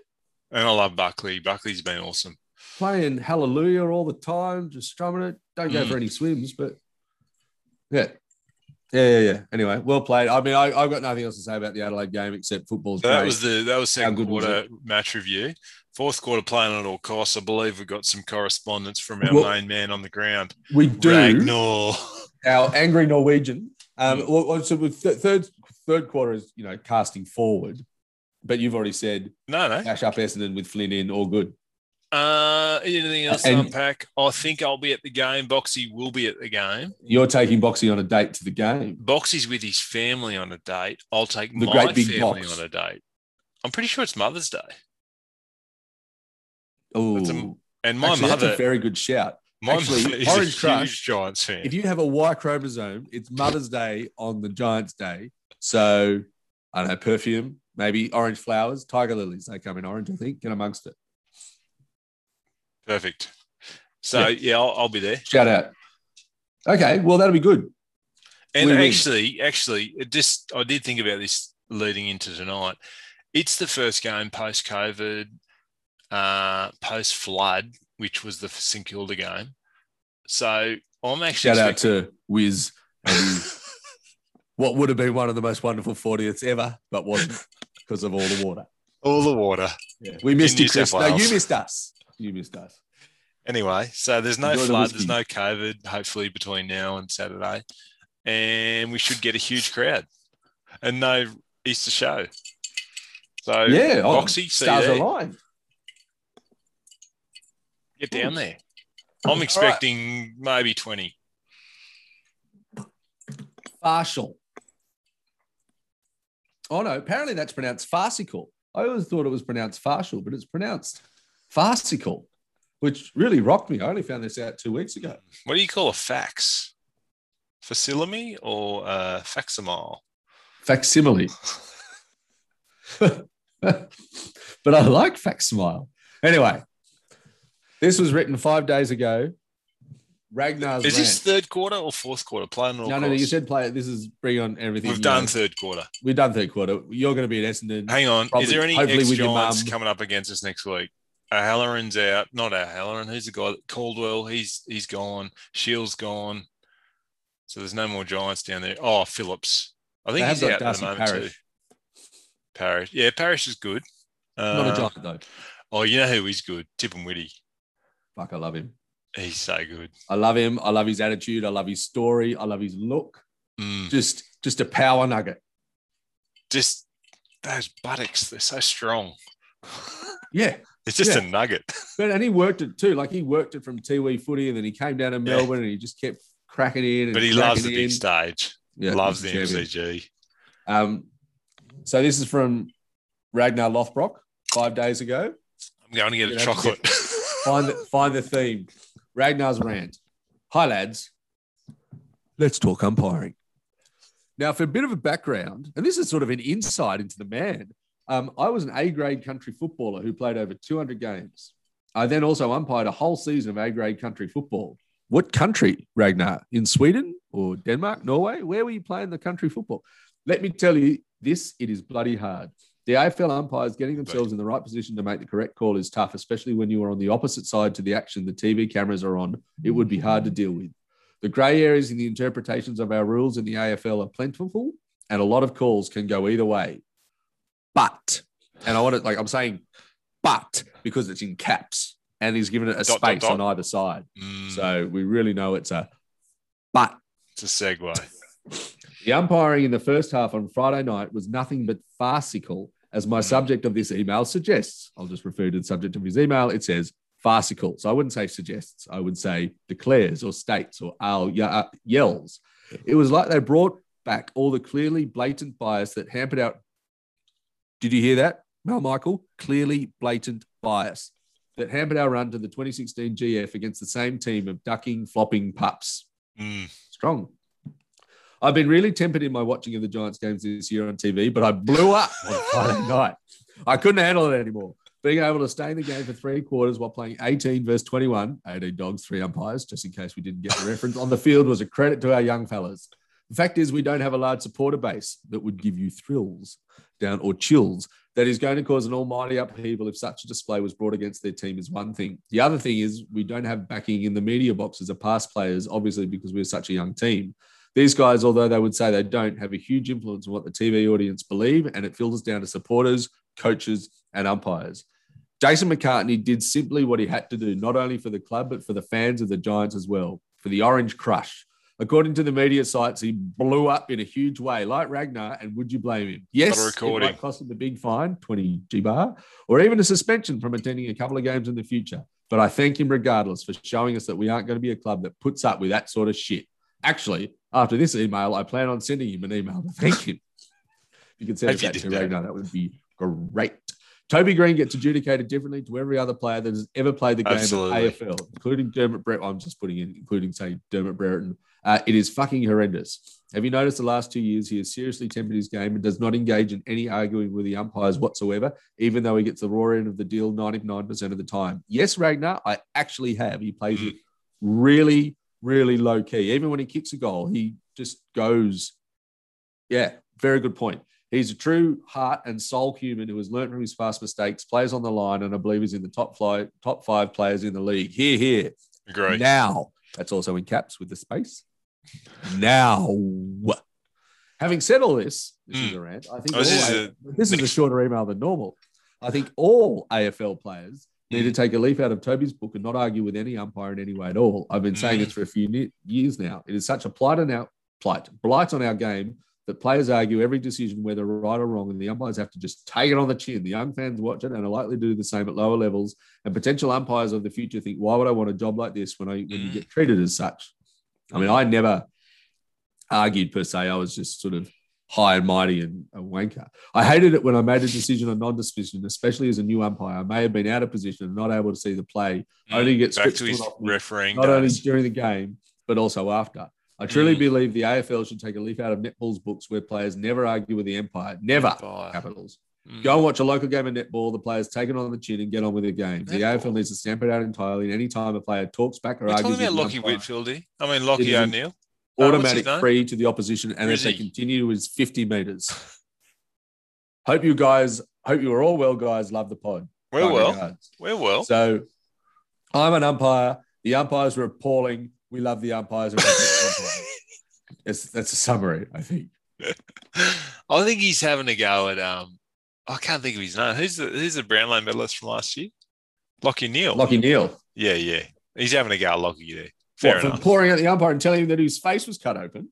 and I love Buckley. Buckley's been awesome.
playing Hallelujah all the time, just strumming it. Don't go
Mm.
for any swims, but yeah. Yeah, yeah, yeah. Anyway, well played. I mean, I, I've got nothing else to say about the Adelaide game except football's
So that
great.
was the that was second
good was
quarter match review. Fourth quarter playing at all costs. I believe we got some correspondence from our
Well-
main man on the ground,
we do.
Ragnar.
our angry Norwegian. Um, well, well, so with th- third third quarter is you know casting forward, but you've already said
No, no.
Ash up Essendon with Flynn in, all good.
Uh, anything else to
And-
unpack? I think I'll be at the game. Boxy will be at the game.
You're taking Boxy on a date to the game.
Boxy's with his family on a date. I'll take
The
my
great big
family
box.
on a date. I'm pretty sure it's Mother's Day,
Oh,
That's a- and my
actually, that's
mother,
a very good shout.
my
actually,
mother is a
Orange
huge
Crush,
Giants fan.
If you have a Y chromosome, it's Mother's Day on the Giants' Day. So I don't know perfume, maybe orange flowers, tiger lilies. They come in orange, I think. Get amongst it.
Perfect. So yeah, I'll, I'll be there.
Shout out. Okay, well that'll be good.
And
Win-win.
actually, actually, it just I did think about this leading into tonight. It's the first game post COVID, uh, post flood, which was the St Kilda game. So I'm actually
Shout out
expecting-
to Wiz and
(laughs)
his what would have been one of the most wonderful 40th ever, but wasn't because of all the water.
all the water.
We missed
In
you,
New South
Chris. No, you
Wales.
missed us. You missed us.
Anyway, so there's no
Enjoy the
flood,
whiskey.
there's no COVID, hopefully between now and Saturday. And we should get a huge crowd and no Easter show. So
yeah. oh,
Boxy, E. see you
stars
there.
aligned.
get down there. I'm expecting maybe 20.
Farcical. Oh, no. Apparently that's pronounced farcical. I always thought it was pronounced farcical, but it's pronounced farcical, which really rocked me. I only found this out two weeks ago.
What do you call a fax? Facilimy or uh, facsimile?
facsimile. (laughs) but I like facsimile. Anyway, this was written five days ago. Ragnar's
Is this
rant.
third quarter or fourth quarter? Playing all
no, no, no,
course.
you said play it. This is bring on everything.
We've
you
done
know.
third quarter.
We've done third quarter. You're going to be at Essendon.
Hang on.
Probably-
Is there any
hopefully
ex
with your
Giants
mum.
coming up against us next week? O'Halloran's out. Not O'Halloran. Who's the guy? Caldwell. He's he's gone. Shield's gone. So there's no more Giants down there. Oh, Phillips. I
They
think
have
he's
got
out at
Darcy
the moment
Parish.
too. Parish. Yeah, Parish is good.
Not
Uh,
a giant though.
Oh, you know who is good? Tip and Witty.
Fuck, I love him.
He's so good.
I love him. I love his attitude. I love his story. I love his look.
Mm.
Just, just a power nugget.
just those buttocks, they're so strong.
Yeah.
It's just
Yeah.
a
(laughs)
nugget.
But and he worked it too. Like he worked it from Tiwi footy, and then he came down to
Yeah.
Melbourne, and he just kept cracking in. And
But he loves the
cracking
big
in.
stage,
Yeah,
loves the
he's a champion.
MCG.
Um, so this is from Ragnar Lothbrok five days ago.
I'm going to get a
Yeah, that's (laughs)
chocolate.
Find the, find the theme. Ragnar's rant. Hi lads. Let's talk umpiring. Now, for a bit of a background, and this is sort of an insight into the man. Um, I was an A grade country footballer who played over 200 games. I then also umpired a whole season of A grade country football. What country, Ragnar? In Sweden or Denmark, Norway? Where were you playing the country football? Let me tell you this it is bloody hard. The AFL umpires getting themselves in the right position to make the correct call is tough, especially when you are on the opposite side to the action the TV cameras are on. It would be hard to deal with. The grey areas in the interpretations of our rules in the AFL are plentiful, and a lot of calls can go either way. But, and I want to, like, I'm saying but because it's in caps and he's given it a
Dot, dot,
space
dot.
on either side.
Mm,
So we really know it's a but
it's a segue.
(laughs) the umpiring in the first half on Friday night was nothing but farcical, as my subject of this email suggests. I'll just refer to the subject of his email. It says farcical. So I wouldn't say suggests, I would say declares or states or owl, ye- uh, yells. It was like they brought back all the clearly blatant bias that hampered out. Did you hear that, Mel Michael? Clearly blatant bias that hampered our run to the 2016 GF against the same team of ducking, flopping pups.
Mm.
Strong. I've been really tempered in my watching of the Giants games this year on TV, but I blew up on Friday night. I couldn't handle it anymore. Being able to stay in the game for three quarters while playing 18 versus 21, 18 dogs, three umpires, just in case we didn't get the reference, on the field was a credit to our young fellas. The fact is, we don't have a large supporter base that would give you thrills down or chills. That is going to cause an almighty upheaval if such a display was brought against their team is one thing. The other thing is we don't have backing in the media boxes of past players, obviously because we're such a young team. These guys, although they would say they don't, have a huge influence on what the TV audience believe, and it filters down to supporters, coaches, and umpires. Jason McCartney did simply what he had to do, not only for the club, but for the fans of the Giants as well, for the Orange Crush. According to the media sites, he blew up in a huge way, like Ragnar, and would you blame him? Yes,
Got a
it
recording.
might cost him the big fine, 20 G bar, or even a suspension from attending a couple of games in the future. But I thank him regardless for showing us that we aren't going to be a club that puts up with that sort of shit. Actually, after this email, I plan on sending him an email to thank him. If you could send
If
it
you
back
did
to
that.
Ragnar, that would be great. Toby Green gets adjudicated differently to every other player that has ever played the game
Absolutely.
in AFL, including Dermot Brett. I'm just putting in, including saying Dermot Brereton. Uh, it is fucking horrendous. Have you noticed the last two years he has seriously tempered his game and does not engage in any arguing with the umpires whatsoever, even though he gets the raw end of the deal 99% of the time? Yes, Ragnar, I actually have. He plays it really, really low key. Even when he kicks a goal, he just goes. Yeah, very good point. He's a true heart and soul human who has learned from his past mistakes, plays on the line, and I believe is in the top five, top five players in the league. Here, here,
Agree.
now. That's also in caps with the space. Now. Having said all this, this is a rant. I think
Oh, this
all
is
A-
a-
this is a shorter email than normal. I think all AFL players need
Hmm.
to take a leaf out of Toby's book and not argue with any umpire in any way at all. I've been
Hmm.
saying this for a few ne- years now. It is such a plight on our plight, blight on our game that players argue every decision, whether right or wrong, and the umpires have to just take it on the chin. The young fans watch it and are likely to do the same at lower levels. And potential umpires of the future think, why would I want a job like this when I when you
Mm.
get treated as such? I mean, I never argued per se. I was just sort of high and mighty and a wanker. I hated it when I made a decision or non-decision, especially as a new umpire. I may have been out of position and not able to see the play, only gets
Mm, back
switched
to his
on off-
refereeing
not only
days.
during the game but also after. I truly
Mm.
believe the AFL should take a leaf out of netball's books, where players never argue with the umpire. Never
Fire.
capitals.
Mm.
Go and watch a local game of netball. The players take it on the chin and get on with the game. The
Netball.
AFL needs to stamp it out entirely. And any time a player talks back or
We're
argues,
talking about
with the
Lockie
umpire,
Whitfield. here. I mean, Lockie
It is-
O'Neill. Oh, what's his
automatic
name?
free to the opposition, and if they
Rizzy.
continue, is fifty meters. (laughs) hope you guys, hope you are all well, guys. Love the pod.
We're
My
well.
regards.
We're well. (laughs)
So I'm an umpire. The umpires were appalling. We love the umpires. We love the umpires. It's, that's a summary, I think.
I think he's having a go at um. I can't think of his name. Who's the Who's the Brownlow medalist from last year? Lockie Neal.
Lockie Neal.
Yeah, yeah. He's having a go at Lockie there. Fair
What, for
enough.
pouring out the umpire and telling him that his face was cut open.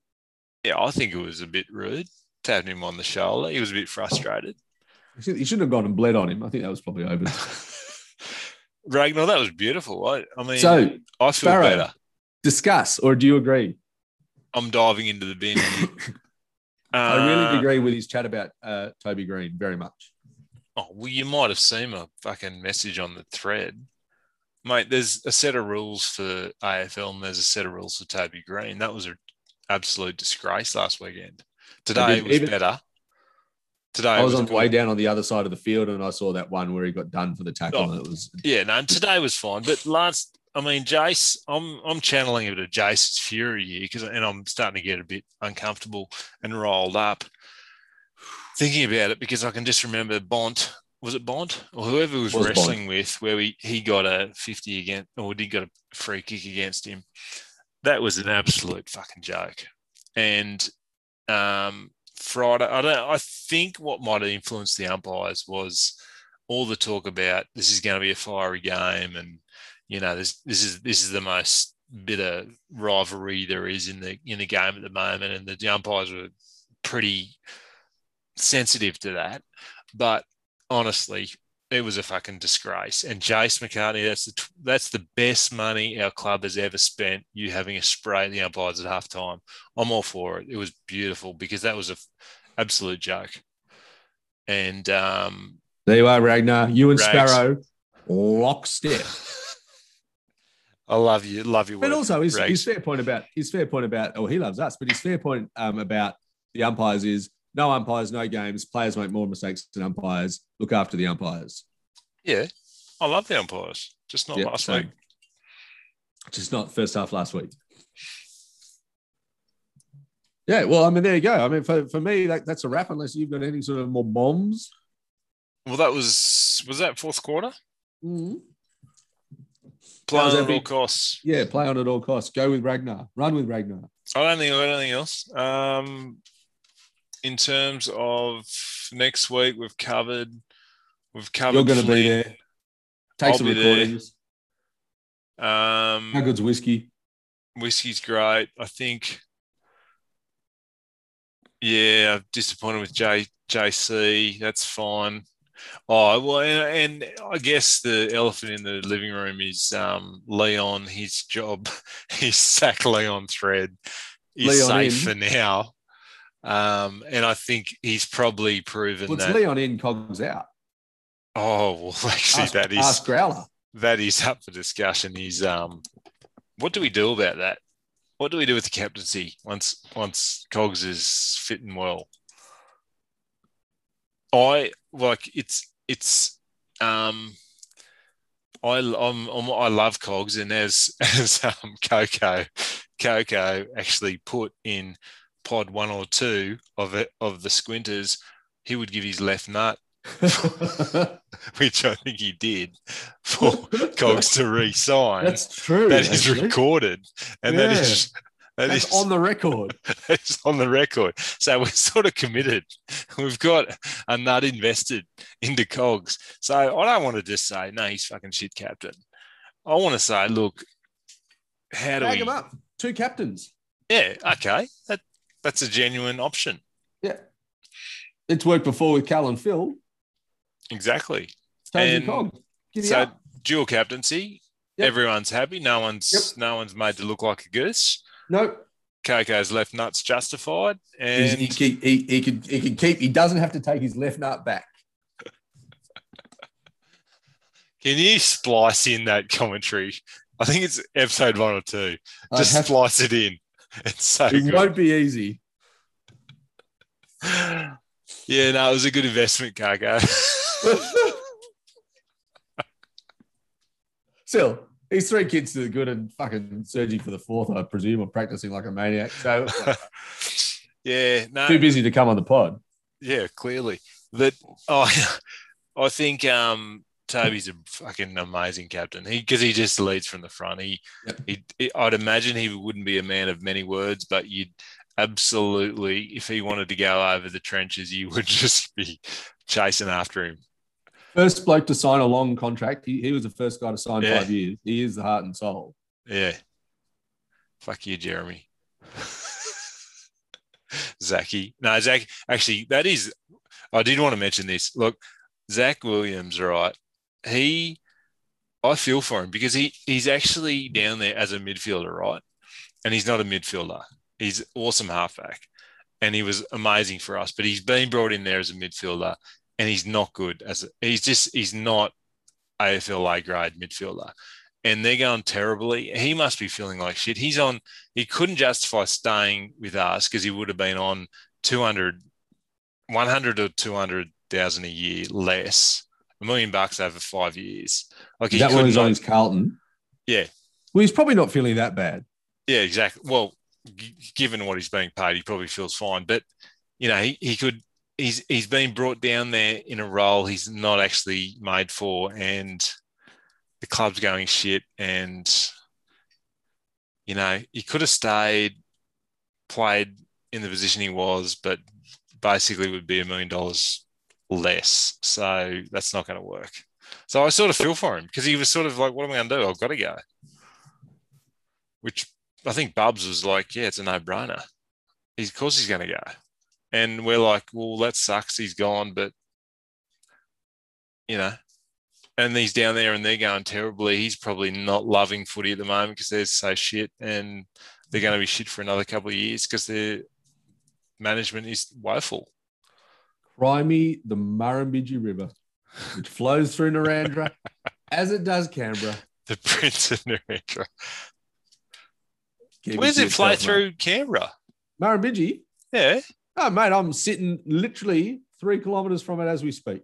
Yeah, I think it was a bit rude tapping him on the shoulder. He was a bit frustrated.
He shouldn't- he shouldn't have gone and bled on him. I think that was probably over.
(laughs) Ragnar, that was beautiful. I, I mean,
so
I feel
Sparrow.
better.
discuss, or do you agree?
I'm diving into the
(laughs)
bin.
I
Uh,
really agree with his chat about uh, Toby Green very much.
Oh, well, you might have seen my fucking message on the thread. Mate, there's a set of rules for AFL and there's a set of rules for Toby Green. That was an absolute disgrace last weekend. Today
did-
was
even-
better. Today
I was
was
on the
good.
way down on the other side of the field, and I saw that one where he got done for the tackle,
Oh.
and it was
Yeah, no, and today was fine. But last, I mean, Jace, I'm I'm channeling a bit of Jace's fury here because, and I'm starting to get a bit uncomfortable and rolled up thinking about it because I can just remember Bont. Was it Bont or whoever he was,
Was Bont.
wrestling with where we, he got a 50 against or did got a free kick against him? That was an absolute fucking joke. And um, Friday, I don't. I think what might have influenced the umpires was all the talk about this is going to be a fiery game, and you know this this is this is the most bitter rivalry there is in the in the game at the moment, and the umpires were pretty sensitive to that. But honestly, it was a fucking disgrace. And Jace McCartney, that's the tw- that's the best money our club has ever spent. You having a spray at the umpires at halftime. I'm all for it. It was beautiful because that was a f- absolute joke. And um,
There you are, Ragnar. You and
Rags.
Sparrow, lockstep.
I love you, love you.
But also, his, his fair point about his fair point about oh, he loves us, but his fair point um, about the umpires is no umpires, no games. Players make more mistakes than umpires. Look after the umpires.
yeah, I love the umpires. Just not
Yeah,
last
same.
week.
Just not first half last week. Yeah, well, I mean, there you go. I mean, for, for me, that, that's a wrap unless you've got any sort of more bombs.
Well, that was was that fourth quarter.
That was
Plan
our
at all
big-
costs.
Yeah, play on at all costs. Go with Ragnar. Run with Ragnar.
I don't think I've got anything else. Um, in terms of next week, we've covered. We've covered.
You're going to be
Flynn.
there. Take
I'll
some
be there.
recordings.
Um,
How good's whiskey?
whiskey's great. I think. Yeah, I'm disappointed with J JC. That's fine. Oh well, and, and I guess the elephant in the living room is um, Leon. His job, (laughs) his sack Leon thread, is
Leon
safe
in.
for now. Um, and I think he's probably proven
Well, it's
that.
Leon in, Cogs out.
Oh well, (laughs) actually,
Ask,
that is
ask Growler.
that is up for discussion is um what do we do about that? What do we do with the captaincy once once Cogs is fit and well? I like it's it's um I I'm, I'm I love Cogs and as (laughs) as um Coco Coco actually put in pod one or two of it of the squinters, he would give his left nut, (laughs) which I think he did for Cogs to re-sign.
That's true.
that is
actually.
recorded, and that
Yeah.
is that
That's
is
on the record.
(laughs) that is on the record. So we're sort of committed. We've got a nut invested into Cogs. So I don't want to just say no, he's fucking shit captain. I want to say, look, how do
Bag
we?
him up. Two captains.
Yeah, okay, that that's a genuine option.
Yeah. It's worked before with Cal and Phil.
Exactly,
Toes
And
and Cog. Giddy
so-
up.
dual captaincy.
Yep.
Everyone's happy. No one's no one's made to look like a goose.
Nope.
Coco's left nuts justified,
He's-
and
he, keep, he, he could he could keep. He doesn't have to take his left nut back.
Can you splice in that commentary? I think it's episode one or two.
I'd
Just
have-
splice it in. (laughs) It's so
it
good.
won't be easy.
Yeah, no, it was a good investment,
(laughs)
Cargo.
Still, he's three kids to the good and fucking surging for the fourth, I presume, or practicing like a maniac.
(laughs)
So
yeah, no,
too busy to come on the pod.
yeah, clearly. That I, (laughs) I think um, Toby's a fucking amazing captain. He because he just leads from the front. He,
Yep.
he, he- I'd imagine he wouldn't be a man of many words, but you'd absolutely, if he wanted to go over the trenches, you would (laughs) just be chasing after him.
First bloke to sign a long contract. He, he was the first guy to sign
Yeah.
five years. He is the heart and soul.
Yeah. Fuck you, Jeremy. (laughs) Zachy. No, Zach, actually, that is, I did want to mention this. Look, Zach Williams, right? He, I feel for him because he, he's actually down there as a midfielder, right? And he's not a midfielder. He's awesome halfback. And he was amazing for us, but he's been brought in there as a midfielder and he's not good as a, he's just, he's not AFLA grade midfielder and they're going terribly. He must be feeling like shit. He's on. He couldn't justify staying with us because he would have been on 200, 100 or 200,000 a year less, a million bucks over five years. Like he
that one
couldn't.
is on his Carlton.
Yeah.
Well, he's probably not feeling that bad.
Yeah, exactly. Well, g- given what he's being paid, he probably feels fine. But you know, he, he could. He's he's been brought down there in a role he's not actually made for, and the club's going shit. And you know, he could have stayed, played in the position he was, but basically would be a million dollars less. So that's not going to work. So I sort of feel for him because he was sort of like, "What am I going to do? I've got to go." Which I think Bubs was like, yeah, it's a no brainer. He's, of course he's going to go. And we're like, well, that sucks. He's gone, but, you know, and he's down there and they're going terribly. He's probably not loving footy at the moment because they're so shit and they're going to be shit for another couple of years because their management is woeful. (laughs)
Cry me the Murrumbidgee River, which flows
(laughs)
through Narandra as it does Canberra.
The Prince of Narendra.
Keep
Where does
to
it flow
yourself, mate.
through Canberra?
Murrumbidgee?
Yeah.
Oh, mate, I'm sitting literally three kilometers from it as we speak.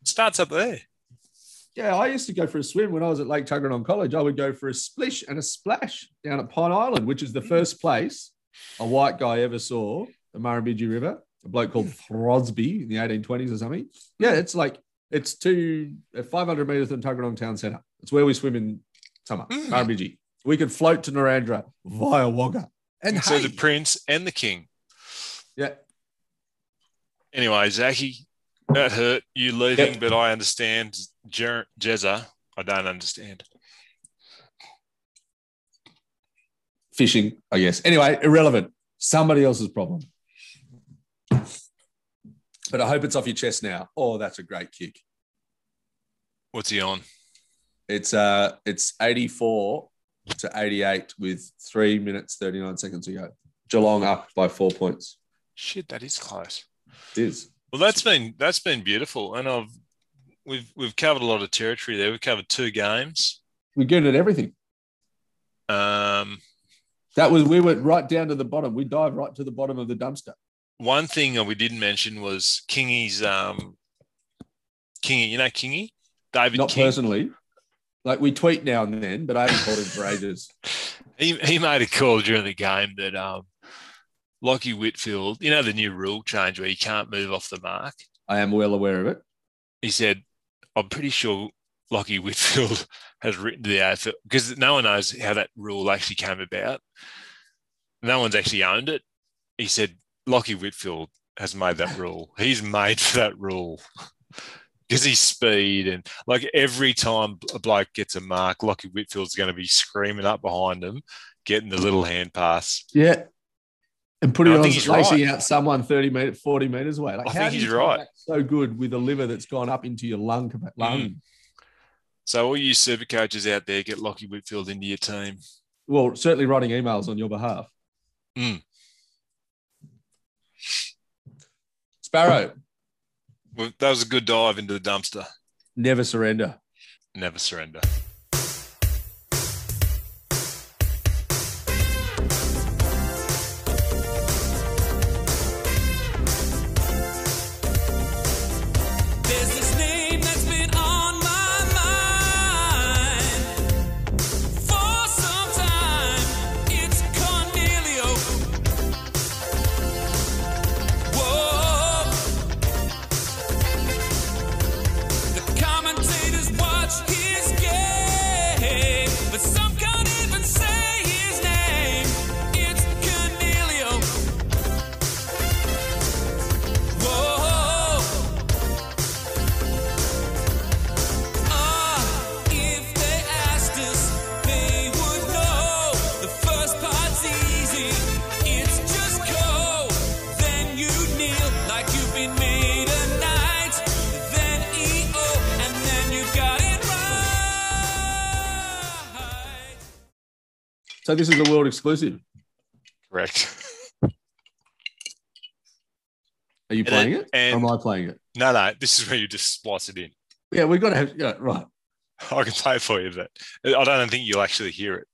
It starts up there.
Yeah, I used to go for a swim when I was at Mm. Lake Tuggeranong College. I would go for a splish and a splash down at Pine Island, which is the first place a white guy ever saw the Murrumbidgee River, a bloke called Throsby in the 1820s or something. Yeah, it's like it's two uh, 500 meters from Tuggeranong town centre. It's where we swim in summer,
Mm.
Murrumbidgee. We could float to Narandra via Wagga. And
so
hey,
the prince and the king.
yeah,
Anyway, Zachy, that hurt you leaving, but I understand. Jer- Jezza, I don't understand.
fishing, I guess. Anyway, irrelevant. Somebody else's problem. But I hope it's off your chest now. Oh, that's a great kick.
What's he on?
It's uh it's 84 to 88 with three minutes 39 seconds to go. Geelong up by four points.
Shit, that is close.
It is.
Well, that's been that's been beautiful, and I've we've we've covered a lot of territory there. We've covered two games.
We're good at everything.
Um,
That was we went right down to the bottom. We dive right to the bottom of the dumpster.
one thing that we didn't mention was Kingy's um, Kingy. You know Kingy, David
Not
King.
personally. Like we tweet now and then, but I haven't called him for ages.
He he made a call during the game that um, Lockie Whitfield. You know the new rule change where you can't move off the mark.
I am well aware of it.
he said, I'm pretty sure Lockie Whitfield (laughs) has written to the AFL because no one knows how that rule actually came about. No one's actually owned it. He said, Lockie Whitfield has made that rule. He's made for that rule (laughs) because his speed and like every time a bloke gets a mark, Lockie Whitfield's going to be screaming up behind him, getting the little hand pass.
Yeah. And putting
No, I
on
think he's
lacing
right.
out someone 30 meter, 40 meters away. Like,
I
how
think
do
he's
you come
right.
back So good with a liver that's gone up into your lung. capa- lung.
Hmm. So all you super coaches out there, get Lockie Whitfield into your team.
Well, certainly writing emails on your behalf.
Mm.
Sparrow,
Well, that was a good dive into the dumpster.
never surrender.
Never surrender.
There's this name that's been on my mind for some time. It's Cornelio. Whoa. The commentators watch his game, but some can't even say his name. It's Cornelio. Whoa. Ah, if they asked us, they would know. The first part's easy, it's just cold. Then you kneel like you've been made a knight. Then EO, and then you got it right.
So this is a world exclusive.
Correct. (laughs)
Are you
And-
playing it?
and-
or am I playing it?
No, no, this is where you just splice it in. (laughs)
Yeah, we've got to have yeah, right.
I can play for you, but I don't think you'll actually hear it.